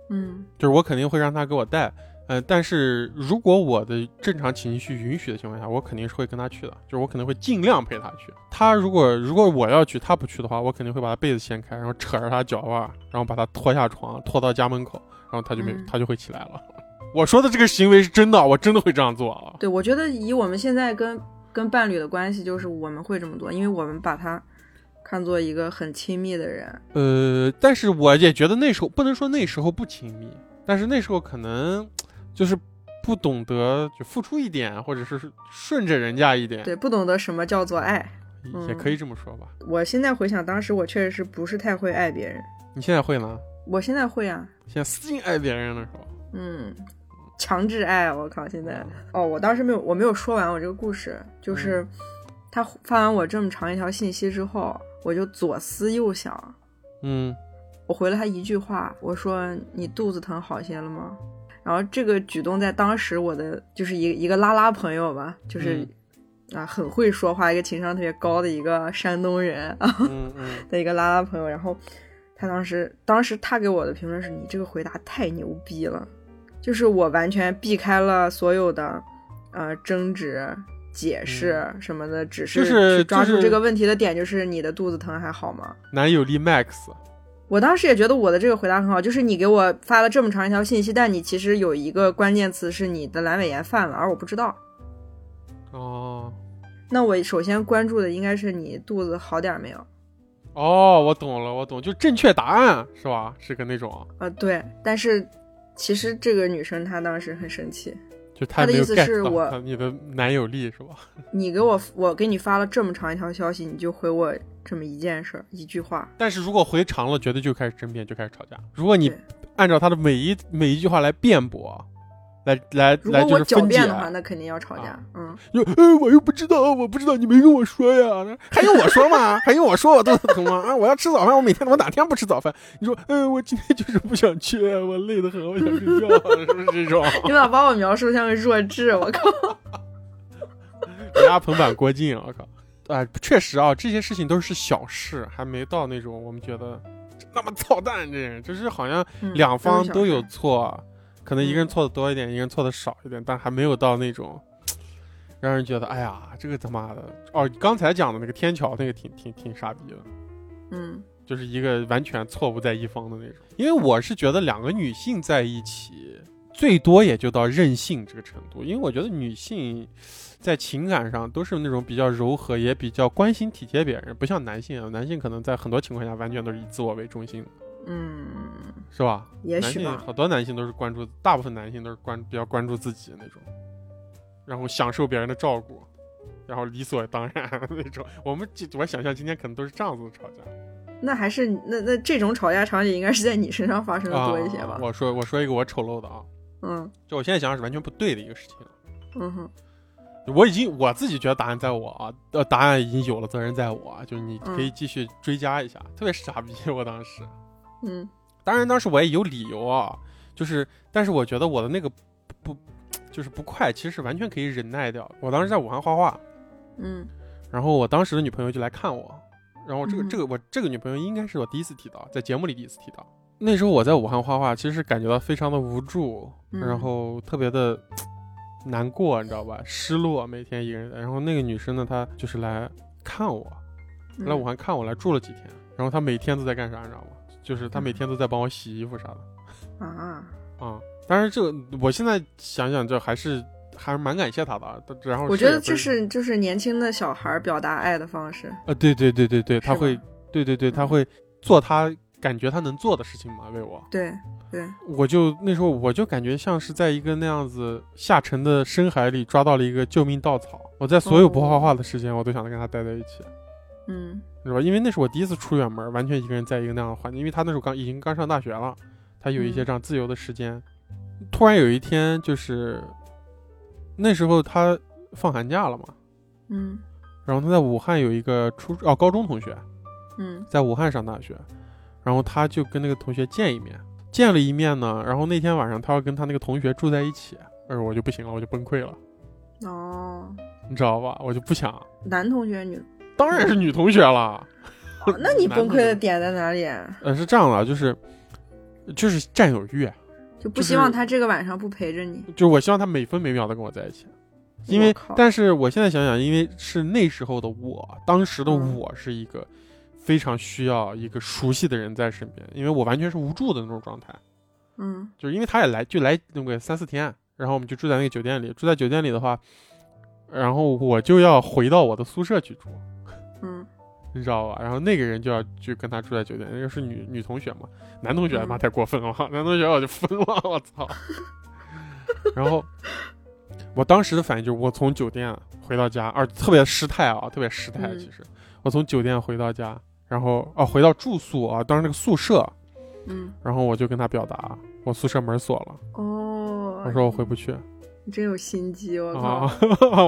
[SPEAKER 2] 嗯
[SPEAKER 1] 就是我肯定会让她给我带。呃，但是如果我的正常情绪允许的情况下，我肯定是会跟她去的，就是我可能会尽量陪她去。她如果如果我要去，她不去的话，我肯定会把她被子掀开，然后扯着她脚腕儿，然后把她拖下床，拖到家门口，然后她就没、
[SPEAKER 2] 嗯
[SPEAKER 1] 她就会起来了。 我说的这个行为是真的，我真的会这样做啊。
[SPEAKER 2] 对，我觉得以我们现在跟跟伴侣的关系，就是我们会这么做，因为我们把他看作一个很亲密的人。
[SPEAKER 1] 呃，但是我也觉得那时候不能说那时候不亲密，但是那时候可能就是不懂得就付出一点，或者是顺着人家一点，
[SPEAKER 2] 对，不懂得什么叫做爱。
[SPEAKER 1] 也可以这么说吧。
[SPEAKER 2] 我现在回想，当时我确实是不是太会爱别人。
[SPEAKER 1] 你现在会呢？
[SPEAKER 2] 我现在会啊，
[SPEAKER 1] 现在死劲爱别人了是吧？
[SPEAKER 2] 嗯，强制爱，啊我靠！现在
[SPEAKER 1] 嗯
[SPEAKER 2] 哦，我当时没有，我没有说完我这个故事，就是他发完我这么长一条信息之后，我就左思右想，
[SPEAKER 1] 嗯
[SPEAKER 2] 我回了他一句话，我说你肚子疼好些了吗？然后这个举动在当时我的就是一个一个拉拉朋友吧，就是、
[SPEAKER 1] 嗯
[SPEAKER 2] 啊很会说话，一个情商特别高的一个山东人啊
[SPEAKER 1] 嗯嗯
[SPEAKER 2] 的一个拉拉朋友，然后他当时当时他给我的评论是你这个回答太牛逼了，就是我完全避开了所有的呃争执。解释什么的，
[SPEAKER 1] 嗯
[SPEAKER 2] 只
[SPEAKER 1] 就是是
[SPEAKER 2] 去抓
[SPEAKER 1] 就
[SPEAKER 2] 住
[SPEAKER 1] 是
[SPEAKER 2] 这个问题的点，就是你的肚子疼还好吗？
[SPEAKER 1] 男友力 max，
[SPEAKER 2] 我当时也觉得我的这个回答很好，就是你给我发了这么长一条信息，但你其实有一个关键词是你的阑尾炎犯了，而我不知道。
[SPEAKER 1] 哦，
[SPEAKER 2] 哦那我首先关注的应该是你肚子好点儿没有，
[SPEAKER 1] 哦，我懂了，我懂，就正确答案是吧？是个那种，
[SPEAKER 2] 啊，对，但是其实这个女生她当时很生气，
[SPEAKER 1] 就
[SPEAKER 2] 他
[SPEAKER 1] 他
[SPEAKER 2] 的
[SPEAKER 1] 没
[SPEAKER 2] 意
[SPEAKER 1] 有
[SPEAKER 2] 思
[SPEAKER 1] get
[SPEAKER 2] 是
[SPEAKER 1] 到
[SPEAKER 2] 我
[SPEAKER 1] 他你的男友力是吧？
[SPEAKER 2] 你给我我给你发了这么长一条消息，你就回我这么一件事儿一句话，
[SPEAKER 1] 但是如果回长了，绝对就开始争辩，就开始吵架。如果你
[SPEAKER 2] 对
[SPEAKER 1] 按照他的每一每一句话来辩驳，来来
[SPEAKER 2] 如
[SPEAKER 1] 来
[SPEAKER 2] 果
[SPEAKER 1] 就
[SPEAKER 2] 我
[SPEAKER 1] 是
[SPEAKER 2] 狡
[SPEAKER 1] 分解
[SPEAKER 2] 辩，的话，那肯定要吵架。
[SPEAKER 1] 啊
[SPEAKER 2] 嗯，
[SPEAKER 1] 又呃我又不知道，我不知道你没跟我说呀，还用我说吗？ 还用我说我肚子疼吗？啊，我要吃早饭，我每天我哪天不吃早饭？你说，嗯、我今天就是不想去，我累得很，我想睡觉，啊 是不是这种？
[SPEAKER 2] 你咋把我描述得像个弱智？我靠！
[SPEAKER 1] 人家捧板郭靖，我靠！啊，确实啊，这些事情都是小事，还没到那种我们觉得那么操蛋这人，就是好像
[SPEAKER 2] 嗯
[SPEAKER 1] 两方
[SPEAKER 2] 都
[SPEAKER 1] 都
[SPEAKER 2] 是
[SPEAKER 1] 有
[SPEAKER 2] 小事嗯
[SPEAKER 1] 错，啊可能一个人错的多一点，一个人错的少一点，但还没有到那种让人觉得哎呀，这个他妈的哦，刚才讲的那个天桥那个挺挺挺傻逼的，
[SPEAKER 2] 嗯
[SPEAKER 1] 就是一个完全错误在一方的那种。因为我是觉得两个女性在一起，最多也就到任性这个程度，因为我觉得女性在情感上都是那种比较柔和，也比较关心体贴别人，不像男性啊，男性可能在很多情况下完全都是以自我为中心的，
[SPEAKER 2] 嗯，
[SPEAKER 1] 是吧？
[SPEAKER 2] 也
[SPEAKER 1] 男
[SPEAKER 2] 许
[SPEAKER 1] 性
[SPEAKER 2] 吧。
[SPEAKER 1] 好多男性都是关注，大部分男性都是关比较关注自己的那种，然后享受别人的照顾，然后理所当然的那种。我们这我想象今天可能都是这样子的吵架，
[SPEAKER 2] 那还是那那这种吵架场景应该是在你身上发生的多一些
[SPEAKER 1] 啊
[SPEAKER 2] 吧？
[SPEAKER 1] 我说我说一个我丑陋的啊，
[SPEAKER 2] 嗯
[SPEAKER 1] 就我现在想想是完全不对的一个事情。
[SPEAKER 2] 嗯哼
[SPEAKER 1] 我已经我自己觉得答案在我啊，呃，答案已经有了，责任在我啊，就是你可以继续追加一下，特别傻逼，我当时。
[SPEAKER 2] 嗯
[SPEAKER 1] 当然当时我也有理由啊，就是但是我觉得我的那个不不就是不快，其实是完全可以忍耐掉的。我当时在武汉画画，
[SPEAKER 2] 嗯
[SPEAKER 1] 然后我当时的女朋友就来看我，然后这个、
[SPEAKER 2] 嗯
[SPEAKER 1] 这个我这个女朋友应该是我第一次提到，在节目里第一次提到。那时候我在武汉画画，其实感觉到非常的无助，
[SPEAKER 2] 嗯
[SPEAKER 1] 然后特别的呃难过，你知道吧？失落，每天一个人在。然后那个女生呢，她就是来看我，
[SPEAKER 2] 嗯，
[SPEAKER 1] 来武汉看我，来住了几天。然后她每天都在干啥，你知道吗？就是
[SPEAKER 2] 嗯
[SPEAKER 1] 她每天都在帮我洗衣服啥的。
[SPEAKER 2] 啊，
[SPEAKER 1] 啊、当然这个我现在想想，这还是还是蛮感谢他的啊。但然后
[SPEAKER 2] 我觉
[SPEAKER 1] 也
[SPEAKER 2] 得
[SPEAKER 1] 不
[SPEAKER 2] 这是就是年轻的小孩儿表达爱的方式。
[SPEAKER 1] 啊，对对对对对，他
[SPEAKER 2] 是
[SPEAKER 1] 会
[SPEAKER 2] 吧，
[SPEAKER 1] 对对对，他会做他感觉他能做的事情嘛，为我，
[SPEAKER 2] 对对，
[SPEAKER 1] 我就那时候我就感觉像是在一个那样子下沉的深海里抓到了一个救命稻草。我在所有不
[SPEAKER 2] 哦
[SPEAKER 1] 画画的时间，我都想着跟他待在一起，
[SPEAKER 2] 嗯
[SPEAKER 1] 是吧？因为那是我第一次出远门，完全一个人在一个那样的环境，因为他那时候刚已经刚上大学了，他有一些
[SPEAKER 2] 嗯
[SPEAKER 1] 这样自由的时间。突然有一天，就是那时候他放寒假了嘛，
[SPEAKER 2] 嗯
[SPEAKER 1] 然后他在武汉有一个初哦高中同学，
[SPEAKER 2] 嗯
[SPEAKER 1] 在武汉上大学，然后他就跟那个同学见一面，见了一面呢，然后那天晚上他要跟他那个同学住在一起，而我就不行了，我就崩溃了，
[SPEAKER 2] 哦，
[SPEAKER 1] 你知道吧？我就不想，
[SPEAKER 2] 男同学 女，
[SPEAKER 1] 当然是女同学了。
[SPEAKER 2] 哦那你
[SPEAKER 1] 男
[SPEAKER 2] 崩
[SPEAKER 1] 同
[SPEAKER 2] 溃
[SPEAKER 1] 学
[SPEAKER 2] 的点在哪里？啊
[SPEAKER 1] 呃，是这样的，就是就是占有欲，
[SPEAKER 2] 就不
[SPEAKER 1] 就
[SPEAKER 2] 希望
[SPEAKER 1] 是
[SPEAKER 2] 他这个晚上不陪着你。
[SPEAKER 1] 就是我希望他每分每秒的跟我在一起，因
[SPEAKER 2] 我
[SPEAKER 1] 为
[SPEAKER 2] 靠
[SPEAKER 1] 但是我现在想想，因为是那时候的我，当时的
[SPEAKER 2] 嗯
[SPEAKER 1] 我是一个非常需要一个熟悉的人在身边，因为我完全是无助的那种状态。
[SPEAKER 2] 嗯
[SPEAKER 1] 就是因为他也来就来那个三四天，然后我们就住在那个酒店里。住在酒店里的话，然后我就要回到我的宿舍去住，
[SPEAKER 2] 嗯
[SPEAKER 1] 你知道吧？然后那个人就要去跟他住在酒店，那个是女女同学嘛，男同学他妈
[SPEAKER 2] 嗯
[SPEAKER 1] 太过分了，男同学我哦就疯了，我 操！然后我当时的反应就是，我从酒店回到家，而特别失态啊，特别失态。
[SPEAKER 2] 嗯
[SPEAKER 1] 其实、我从酒店回到家，然后啊回到住宿啊，当时那个宿舍，
[SPEAKER 2] 嗯，
[SPEAKER 1] 然后我就跟他表达，我宿舍门锁了，
[SPEAKER 2] 哦，
[SPEAKER 1] 我说我回不去。
[SPEAKER 2] 你真有心机，我靠
[SPEAKER 1] 啊！！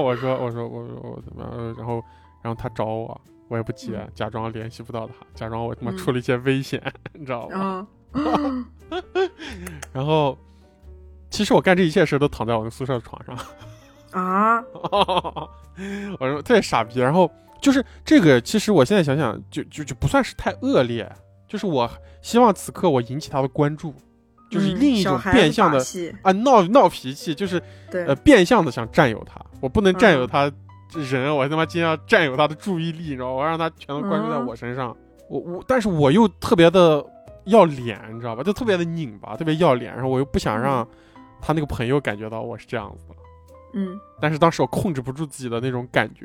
[SPEAKER 1] 我说我说我说我怎么样？呃然后然后他找我，我也不接，
[SPEAKER 2] 嗯
[SPEAKER 1] 假装联系不到他，假装我他妈
[SPEAKER 2] 嗯
[SPEAKER 1] 出了一些危险， 你知道吗？
[SPEAKER 2] 啊，
[SPEAKER 1] 然后其实我干这一切事都躺在我的宿舍的床上，
[SPEAKER 2] 啊，
[SPEAKER 1] 我说特别傻逼。然后就是这个，其实我现在想想，就就就不算是太恶劣，就是我希望此刻我引起他的关注，就是
[SPEAKER 2] 嗯
[SPEAKER 1] 另一
[SPEAKER 2] 小
[SPEAKER 1] 种
[SPEAKER 2] 孩子
[SPEAKER 1] 变相
[SPEAKER 2] 把
[SPEAKER 1] 的、
[SPEAKER 2] 戏
[SPEAKER 1] 啊闹闹脾气，就是
[SPEAKER 2] 对，
[SPEAKER 1] 呃，变相的想占有他，我不能占有
[SPEAKER 2] 嗯
[SPEAKER 1] 他人，我他妈今天要占有他的注意力，你知道吗，我让他全都关注在
[SPEAKER 2] 嗯
[SPEAKER 1] 我身上。我我，但是我又特别的要脸，你知道吧？就特别的拧巴，特别要脸，然后我又不想让他那个朋友感觉到我是这样子的。
[SPEAKER 2] 嗯
[SPEAKER 1] 但是当时我控制不住自己的那种感觉，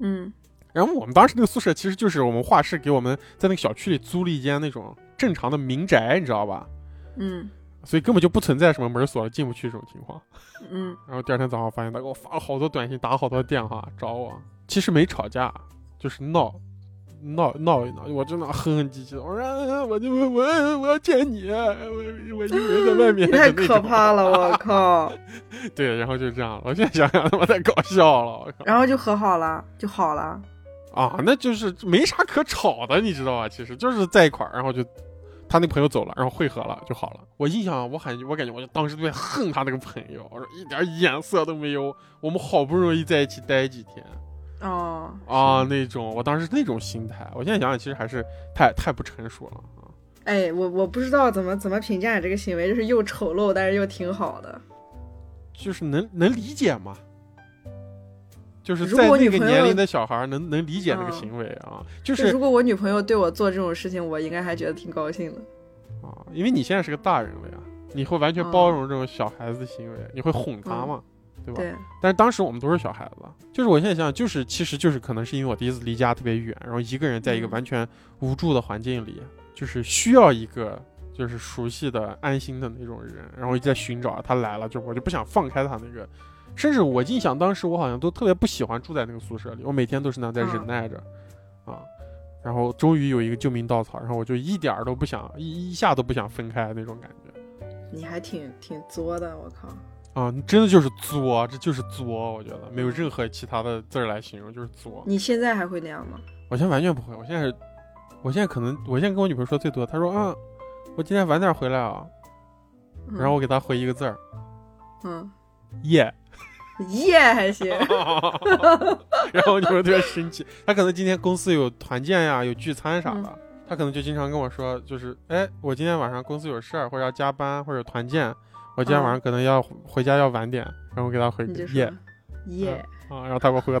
[SPEAKER 2] 嗯
[SPEAKER 1] 然后我们当时那个宿舍其实就是我们画室给我们在那个小区里租了一间那种正常的民宅，你知道吧？
[SPEAKER 2] 嗯
[SPEAKER 1] 所以根本就不存在什么门锁了进不去这种情况。
[SPEAKER 2] 嗯
[SPEAKER 1] 然后第二天早上发现他给我发了好多短信，打好多电话找我，其实没吵架，就是闹。闹闹一闹，我真的哼哼唧唧的。我说，啊我就我我要见你，我我以为在外面。
[SPEAKER 2] 你太可怕了，我靠！
[SPEAKER 1] 对，然后就这样了。我现在想想他妈太搞笑了，我靠
[SPEAKER 2] 然后就和好了，就好了。
[SPEAKER 1] 啊，那就是没啥可吵的，你知道吧？其实就是在一块儿，然后就他那朋友走了，然后会合了就好了。我印象，我感觉，我感觉，我就当时特别恨他那个朋友，我说一点眼色都没有。我们好不容易在一起待几天
[SPEAKER 2] 哦，
[SPEAKER 1] 啊，那种，我当时那种心态，我现在想想，其实还是太太不成熟了啊。
[SPEAKER 2] 哎，我我不知道怎么怎么评价你这个行为，就是又丑陋，但是又挺好的。
[SPEAKER 1] 就是能能理解嘛，就是
[SPEAKER 2] 如
[SPEAKER 1] 在
[SPEAKER 2] 果
[SPEAKER 1] 那
[SPEAKER 2] 女
[SPEAKER 1] 个
[SPEAKER 2] 朋
[SPEAKER 1] 年
[SPEAKER 2] 友
[SPEAKER 1] 龄的小孩儿能能理解那个
[SPEAKER 2] 嗯
[SPEAKER 1] 行为啊，就
[SPEAKER 2] 就是如果我女朋友对我做这种事情，我应该还觉得挺高兴的。
[SPEAKER 1] 啊，因为你现在是个大人了呀，你会完全
[SPEAKER 2] 嗯
[SPEAKER 1] 包容这种小孩子的行为，你会哄他嘛，对吧？
[SPEAKER 2] 对，
[SPEAKER 1] 但是当时我们都是小孩子，就是我现在想想，就是其实就是可能是因为我第一次离家特别远，然后一个人在一个
[SPEAKER 2] 嗯
[SPEAKER 1] 完全无助的环境里，就是需要一个就是熟悉的、安心的那种人，然后一直在寻找他来了，就我就不想放开他那个。甚至我印象，当时我好像都特别不喜欢住在那个宿舍里，我每天都是那样在忍
[SPEAKER 2] 嗯
[SPEAKER 1] 耐着，啊，然后终于有一个救命稻草，然后我就一点儿都不想，一一下都不想分开那种感觉。
[SPEAKER 2] 你还挺挺作的，我靠！
[SPEAKER 1] 啊，真的就是作，这就是作，我觉得没有任何其他的字儿来形容，就是作。
[SPEAKER 2] 你现在还会那样吗？
[SPEAKER 1] 我现在完全不会，我现在是，我现在可能，我现在跟我女朋友说最多，她说啊，我今天晚点回来啊，
[SPEAKER 2] 嗯
[SPEAKER 1] 然后我给她回一个字儿，
[SPEAKER 2] 嗯，
[SPEAKER 1] 耶、
[SPEAKER 2] 耶、还行。
[SPEAKER 1] 然后我女朋友特别生气，她可能今天公司有团建呀，有聚餐啥
[SPEAKER 2] 嗯
[SPEAKER 1] 的，她可能就经常跟我说，就是哎，我今天晚上公司有事儿，或者要加班，或者有团建，我今天晚上可能要回家要晚点，然后我给她回
[SPEAKER 2] 嗯你就
[SPEAKER 1] 个
[SPEAKER 2] 说
[SPEAKER 1] 耶。
[SPEAKER 2] 耶，
[SPEAKER 1] 啊，然后他给我回个，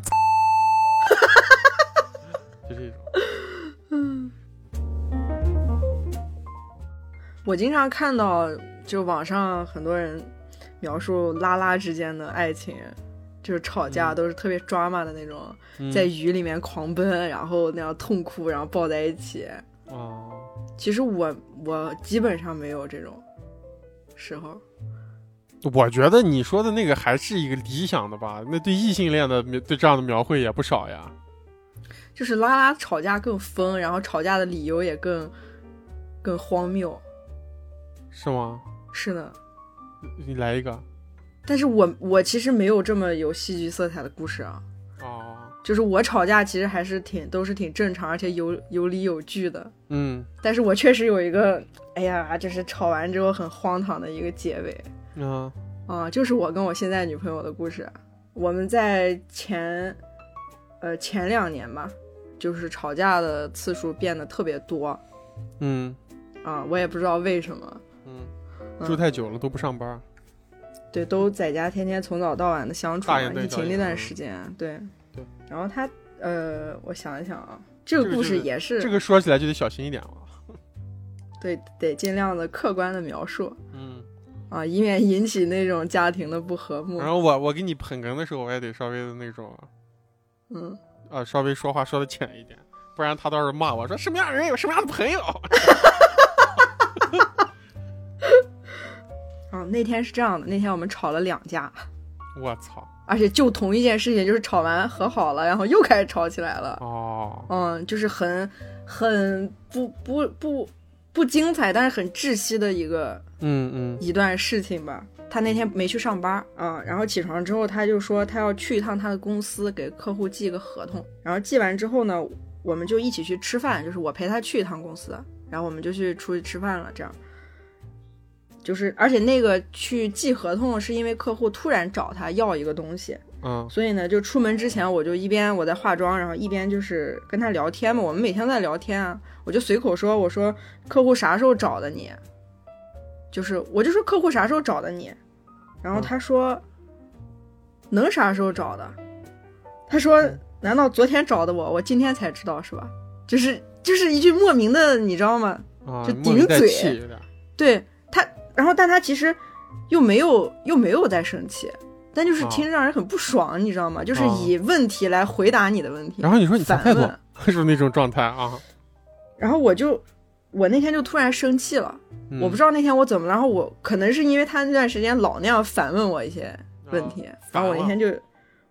[SPEAKER 1] 就这种。
[SPEAKER 2] 我经常看到就网上很多人描述拉拉之间的爱情，就是吵架
[SPEAKER 1] 嗯
[SPEAKER 2] 都是特别 drama 的那种，
[SPEAKER 1] 嗯
[SPEAKER 2] 在雨里面狂奔，然后那样痛哭，然后抱在一起。
[SPEAKER 1] 啊，
[SPEAKER 2] 其实我我基本上没有这种时候，
[SPEAKER 1] 我觉得你说的那个还是一个理想的吧？那对异性恋的对这样的描绘也不少呀。
[SPEAKER 2] 就是拉拉吵架更疯，然后吵架的理由也更更荒谬。
[SPEAKER 1] 是吗？
[SPEAKER 2] 是的，
[SPEAKER 1] 你来一个
[SPEAKER 2] 但是我我其实没有这么有戏剧色彩的故事啊，
[SPEAKER 1] 啊，
[SPEAKER 2] 就是我吵架其实还是挺都是挺正常，而且有有理有据的。
[SPEAKER 1] 嗯
[SPEAKER 2] 但是我确实有一个，哎呀，就是吵完之后很荒唐的一个结尾
[SPEAKER 1] 啊
[SPEAKER 2] 啊、就是我跟我现在女朋友的故事。我们在前，呃前两年吧，就是吵架的次数变得特别多啊、
[SPEAKER 1] 嗯
[SPEAKER 2] 我也不知道为什么，
[SPEAKER 1] 嗯，
[SPEAKER 2] 嗯
[SPEAKER 1] 住太久了都不上班，
[SPEAKER 2] 对，都在家天天从早到晚的相处
[SPEAKER 1] 大
[SPEAKER 2] 嘛，
[SPEAKER 1] 眼瞪
[SPEAKER 2] 疫
[SPEAKER 1] 小
[SPEAKER 2] 情那
[SPEAKER 1] 眼
[SPEAKER 2] 段
[SPEAKER 1] 嗯
[SPEAKER 2] 时间，对
[SPEAKER 1] 对。
[SPEAKER 2] 然后他，呃，我想一想啊，这
[SPEAKER 1] 这
[SPEAKER 2] 个
[SPEAKER 1] 个
[SPEAKER 2] 故
[SPEAKER 1] 就
[SPEAKER 2] 事
[SPEAKER 1] 是
[SPEAKER 2] 也是、
[SPEAKER 1] 这个说起来就得小心一点了。
[SPEAKER 2] 对，得尽量的客观的描述
[SPEAKER 1] 嗯，
[SPEAKER 2] 啊，以免引起那种家庭的不和睦
[SPEAKER 1] 然。后我我给你捧哏的时候，我也得稍微的那种
[SPEAKER 2] 嗯，
[SPEAKER 1] 啊，稍微说话说的浅一点，不然他到时候骂我说什么样的人有什么样的朋友。
[SPEAKER 2] 啊，那天是这样的，那天我们吵了两架，
[SPEAKER 1] 我操！
[SPEAKER 2] 而且就同一件事情，就是吵完和好了，然后又开始吵起来了。
[SPEAKER 1] 哦，
[SPEAKER 2] 嗯，就是很很不不不不精彩，但是很窒息的一个
[SPEAKER 1] 嗯嗯。
[SPEAKER 2] 一段事情吧。他那天没去上班啊、然后起床之后他就说他要去一趟他的公司给客户寄一个合同，然后寄完之后呢，我们就一起去吃饭，就是我陪他去一趟公司，然后我们就去出去吃饭了，这样。就是，而且那个去寄合同是因为客户突然找他要一个东西，
[SPEAKER 1] 嗯
[SPEAKER 2] 所以呢，就出门之前我就一边我在化妆，然后一边就是跟他聊天嘛，我们每天都在聊天啊，我就随口说，我说客户啥时候找的你？就是我就说客户啥时候找的你，
[SPEAKER 1] 嗯
[SPEAKER 2] 然后他说、能啥时候找的？他说
[SPEAKER 1] 嗯
[SPEAKER 2] 难道昨天找的我，我今天才知道是吧？就是就是一句莫名的，你知道吗？
[SPEAKER 1] 啊，
[SPEAKER 2] 就
[SPEAKER 1] 莫名
[SPEAKER 2] 顶
[SPEAKER 1] 带
[SPEAKER 2] 嘴
[SPEAKER 1] 气有点儿。
[SPEAKER 2] 对他，然后但他其实又没有又没有在生气，但
[SPEAKER 1] 哦
[SPEAKER 2] 就是听着让人很不爽，你知道吗？就是以问题来回答你的问题。
[SPEAKER 1] 然后你说你才
[SPEAKER 2] 反
[SPEAKER 1] 太多
[SPEAKER 2] 问，
[SPEAKER 1] 是那种状态啊。
[SPEAKER 2] 然后我就我那天就突然生气了，我不知
[SPEAKER 1] 道
[SPEAKER 2] 道那天我怎么了，然后我可能是因为他那段时间老那样反问我一些
[SPEAKER 1] 哦嗯
[SPEAKER 2] 问题，然后我那天就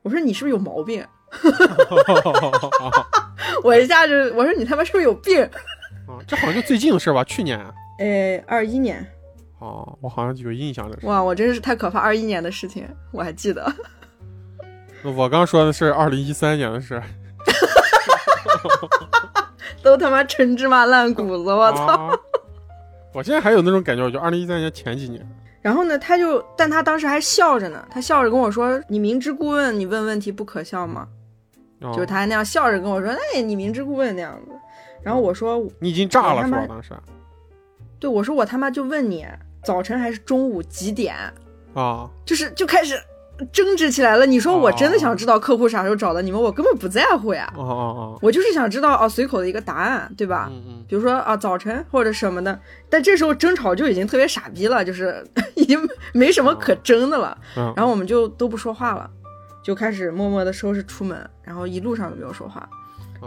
[SPEAKER 2] 我说你是不是有毛病？
[SPEAKER 1] 啊
[SPEAKER 2] 我一下就我说你他妈是不是有病？
[SPEAKER 1] 啊，这好像就最近的事儿吧，去年啊
[SPEAKER 2] 呃，二一年，
[SPEAKER 1] 哦，我好像有印象这是。
[SPEAKER 2] 哇，我真是太可怕，二一年的事情我还记得。
[SPEAKER 1] 我刚说的是二零一三年的事，
[SPEAKER 2] 都他妈陈芝麻烂谷子，我操！
[SPEAKER 1] 啊！我现在还有那种感觉，我就二零一三年前几年，
[SPEAKER 2] 然后呢，他就，但他当时还笑着呢，他笑着跟我说：“你明知故问，你问问题不可笑吗？”
[SPEAKER 1] 啊
[SPEAKER 2] 就是他还那样笑着跟我说：“哎，你明知故问那样子。”然后我说
[SPEAKER 1] 你已经炸了
[SPEAKER 2] 我他
[SPEAKER 1] 是吧
[SPEAKER 2] 妈？
[SPEAKER 1] 当时啊：“
[SPEAKER 2] 对，我说我他妈就问你，早晨还是中午几点？
[SPEAKER 1] 啊
[SPEAKER 2] 就是就开始争执起来了。你说我真的想知道客户啥时候找的你们，我根本不在乎呀，
[SPEAKER 1] 啊啊
[SPEAKER 2] 我就是想知道哦随口的一个答案，对吧？
[SPEAKER 1] 啊！嗯嗯，
[SPEAKER 2] 比如说啊，早晨或者什么的，但这时候争吵就已经特别傻逼了，就是 已经没什么可争的了。
[SPEAKER 1] 嗯
[SPEAKER 2] 然后我们就都不说话了，就开始默默的收拾出门，然后一路上都没有说话。
[SPEAKER 1] 嗯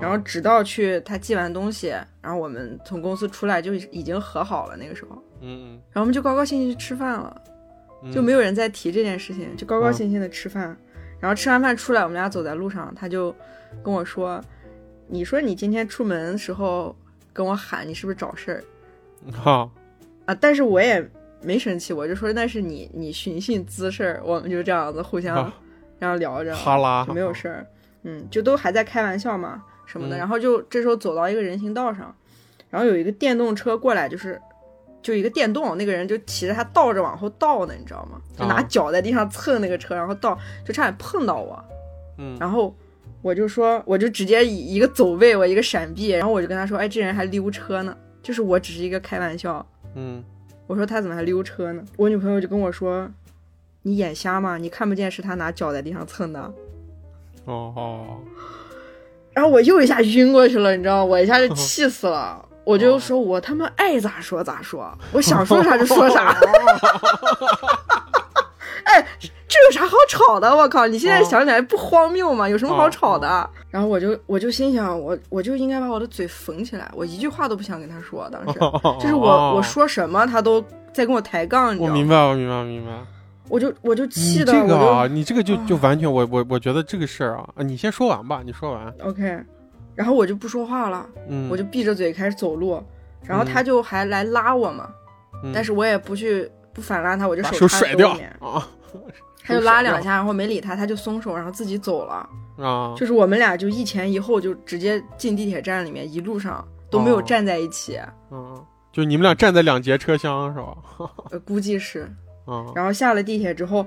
[SPEAKER 2] 然后直到去他寄完东西，然后我们从公司出来就已经和好了。那个时候，
[SPEAKER 1] 嗯
[SPEAKER 2] 然后我们就高高兴兴去吃饭了，
[SPEAKER 1] 嗯，
[SPEAKER 2] 就没有人再提这件事情，就高高兴兴的吃饭。然后吃完饭出来，我们俩走在路上，他就跟我说：“你说你今天出门的时候跟我喊，你是不是找事儿
[SPEAKER 1] 哈
[SPEAKER 2] 啊？”但是我也没生气，我就说那是你你寻衅滋事儿，我们就这样子互相
[SPEAKER 1] 啊
[SPEAKER 2] 这样聊着，
[SPEAKER 1] 哈拉
[SPEAKER 2] 就没有事儿，嗯，就都还在开玩笑嘛什么的。
[SPEAKER 1] 嗯
[SPEAKER 2] 然后就这时候走到一个人行道上，然后有一个电动车过来，就是就一个电动，那个人就骑着他倒着往后倒呢，你知道吗？就拿
[SPEAKER 1] 啊
[SPEAKER 2] 脚在地上蹭那个车，然后倒，就差点碰到我。
[SPEAKER 1] 嗯
[SPEAKER 2] 然后我就说，我就直接以一个走位，我一个闪避，然后我就跟他说，哎，这人还溜车呢，就是我只是一个开玩笑。
[SPEAKER 1] 嗯
[SPEAKER 2] 我说他怎么还溜车呢？我女朋友就跟我说，你眼瞎吗？你看不见是他拿脚在地上蹭的。
[SPEAKER 1] 哦哦
[SPEAKER 2] 然后我又一下晕过去了，你知道吗，我一下就
[SPEAKER 1] 哦
[SPEAKER 2] 气死了。我就说，我他妈爱咋说咋说，我想说啥就说啥。哎，这有啥好吵的？我靠！你
[SPEAKER 1] 哦
[SPEAKER 2] 现在想起来不荒谬吗？有什么好吵的？然后我就我就心想，我我就应该把我的嘴缝起来，我一句话都不想跟他说。当时
[SPEAKER 1] 哦，
[SPEAKER 2] 就是我我说什么他都在跟我抬杠，你
[SPEAKER 1] 我
[SPEAKER 2] 知道吗？
[SPEAKER 1] 明白我明白我明白。
[SPEAKER 2] 我就我就
[SPEAKER 1] 你
[SPEAKER 2] 气的，
[SPEAKER 1] 这个啊，
[SPEAKER 2] 我
[SPEAKER 1] 你这个就就完全我我我觉得这个事儿啊，啊你先说完吧，你说完，
[SPEAKER 2] 就 OK，然后我就不说话了。
[SPEAKER 1] 嗯，
[SPEAKER 2] 我就闭着嘴开始走路，然后
[SPEAKER 1] 嗯
[SPEAKER 2] 他就还来拉我嘛，
[SPEAKER 1] 嗯
[SPEAKER 2] 但是我也不去不反拉他，我就
[SPEAKER 1] 把
[SPEAKER 2] 手
[SPEAKER 1] 手
[SPEAKER 2] 插
[SPEAKER 1] 甩
[SPEAKER 2] 兜
[SPEAKER 1] 掉
[SPEAKER 2] 里面
[SPEAKER 1] 啊
[SPEAKER 2] 他就拉两下，然后没理他，他就松手，然后自己走了。
[SPEAKER 1] 啊，
[SPEAKER 2] 就是我们俩就一前一后就直接进地铁站里面，一路上都没有
[SPEAKER 1] 哦
[SPEAKER 2] 站在一起，
[SPEAKER 1] 嗯，就你们俩站在两节车厢是吧？
[SPEAKER 2] 呃，估计是。
[SPEAKER 1] 啊，
[SPEAKER 2] 然后下了地铁之后。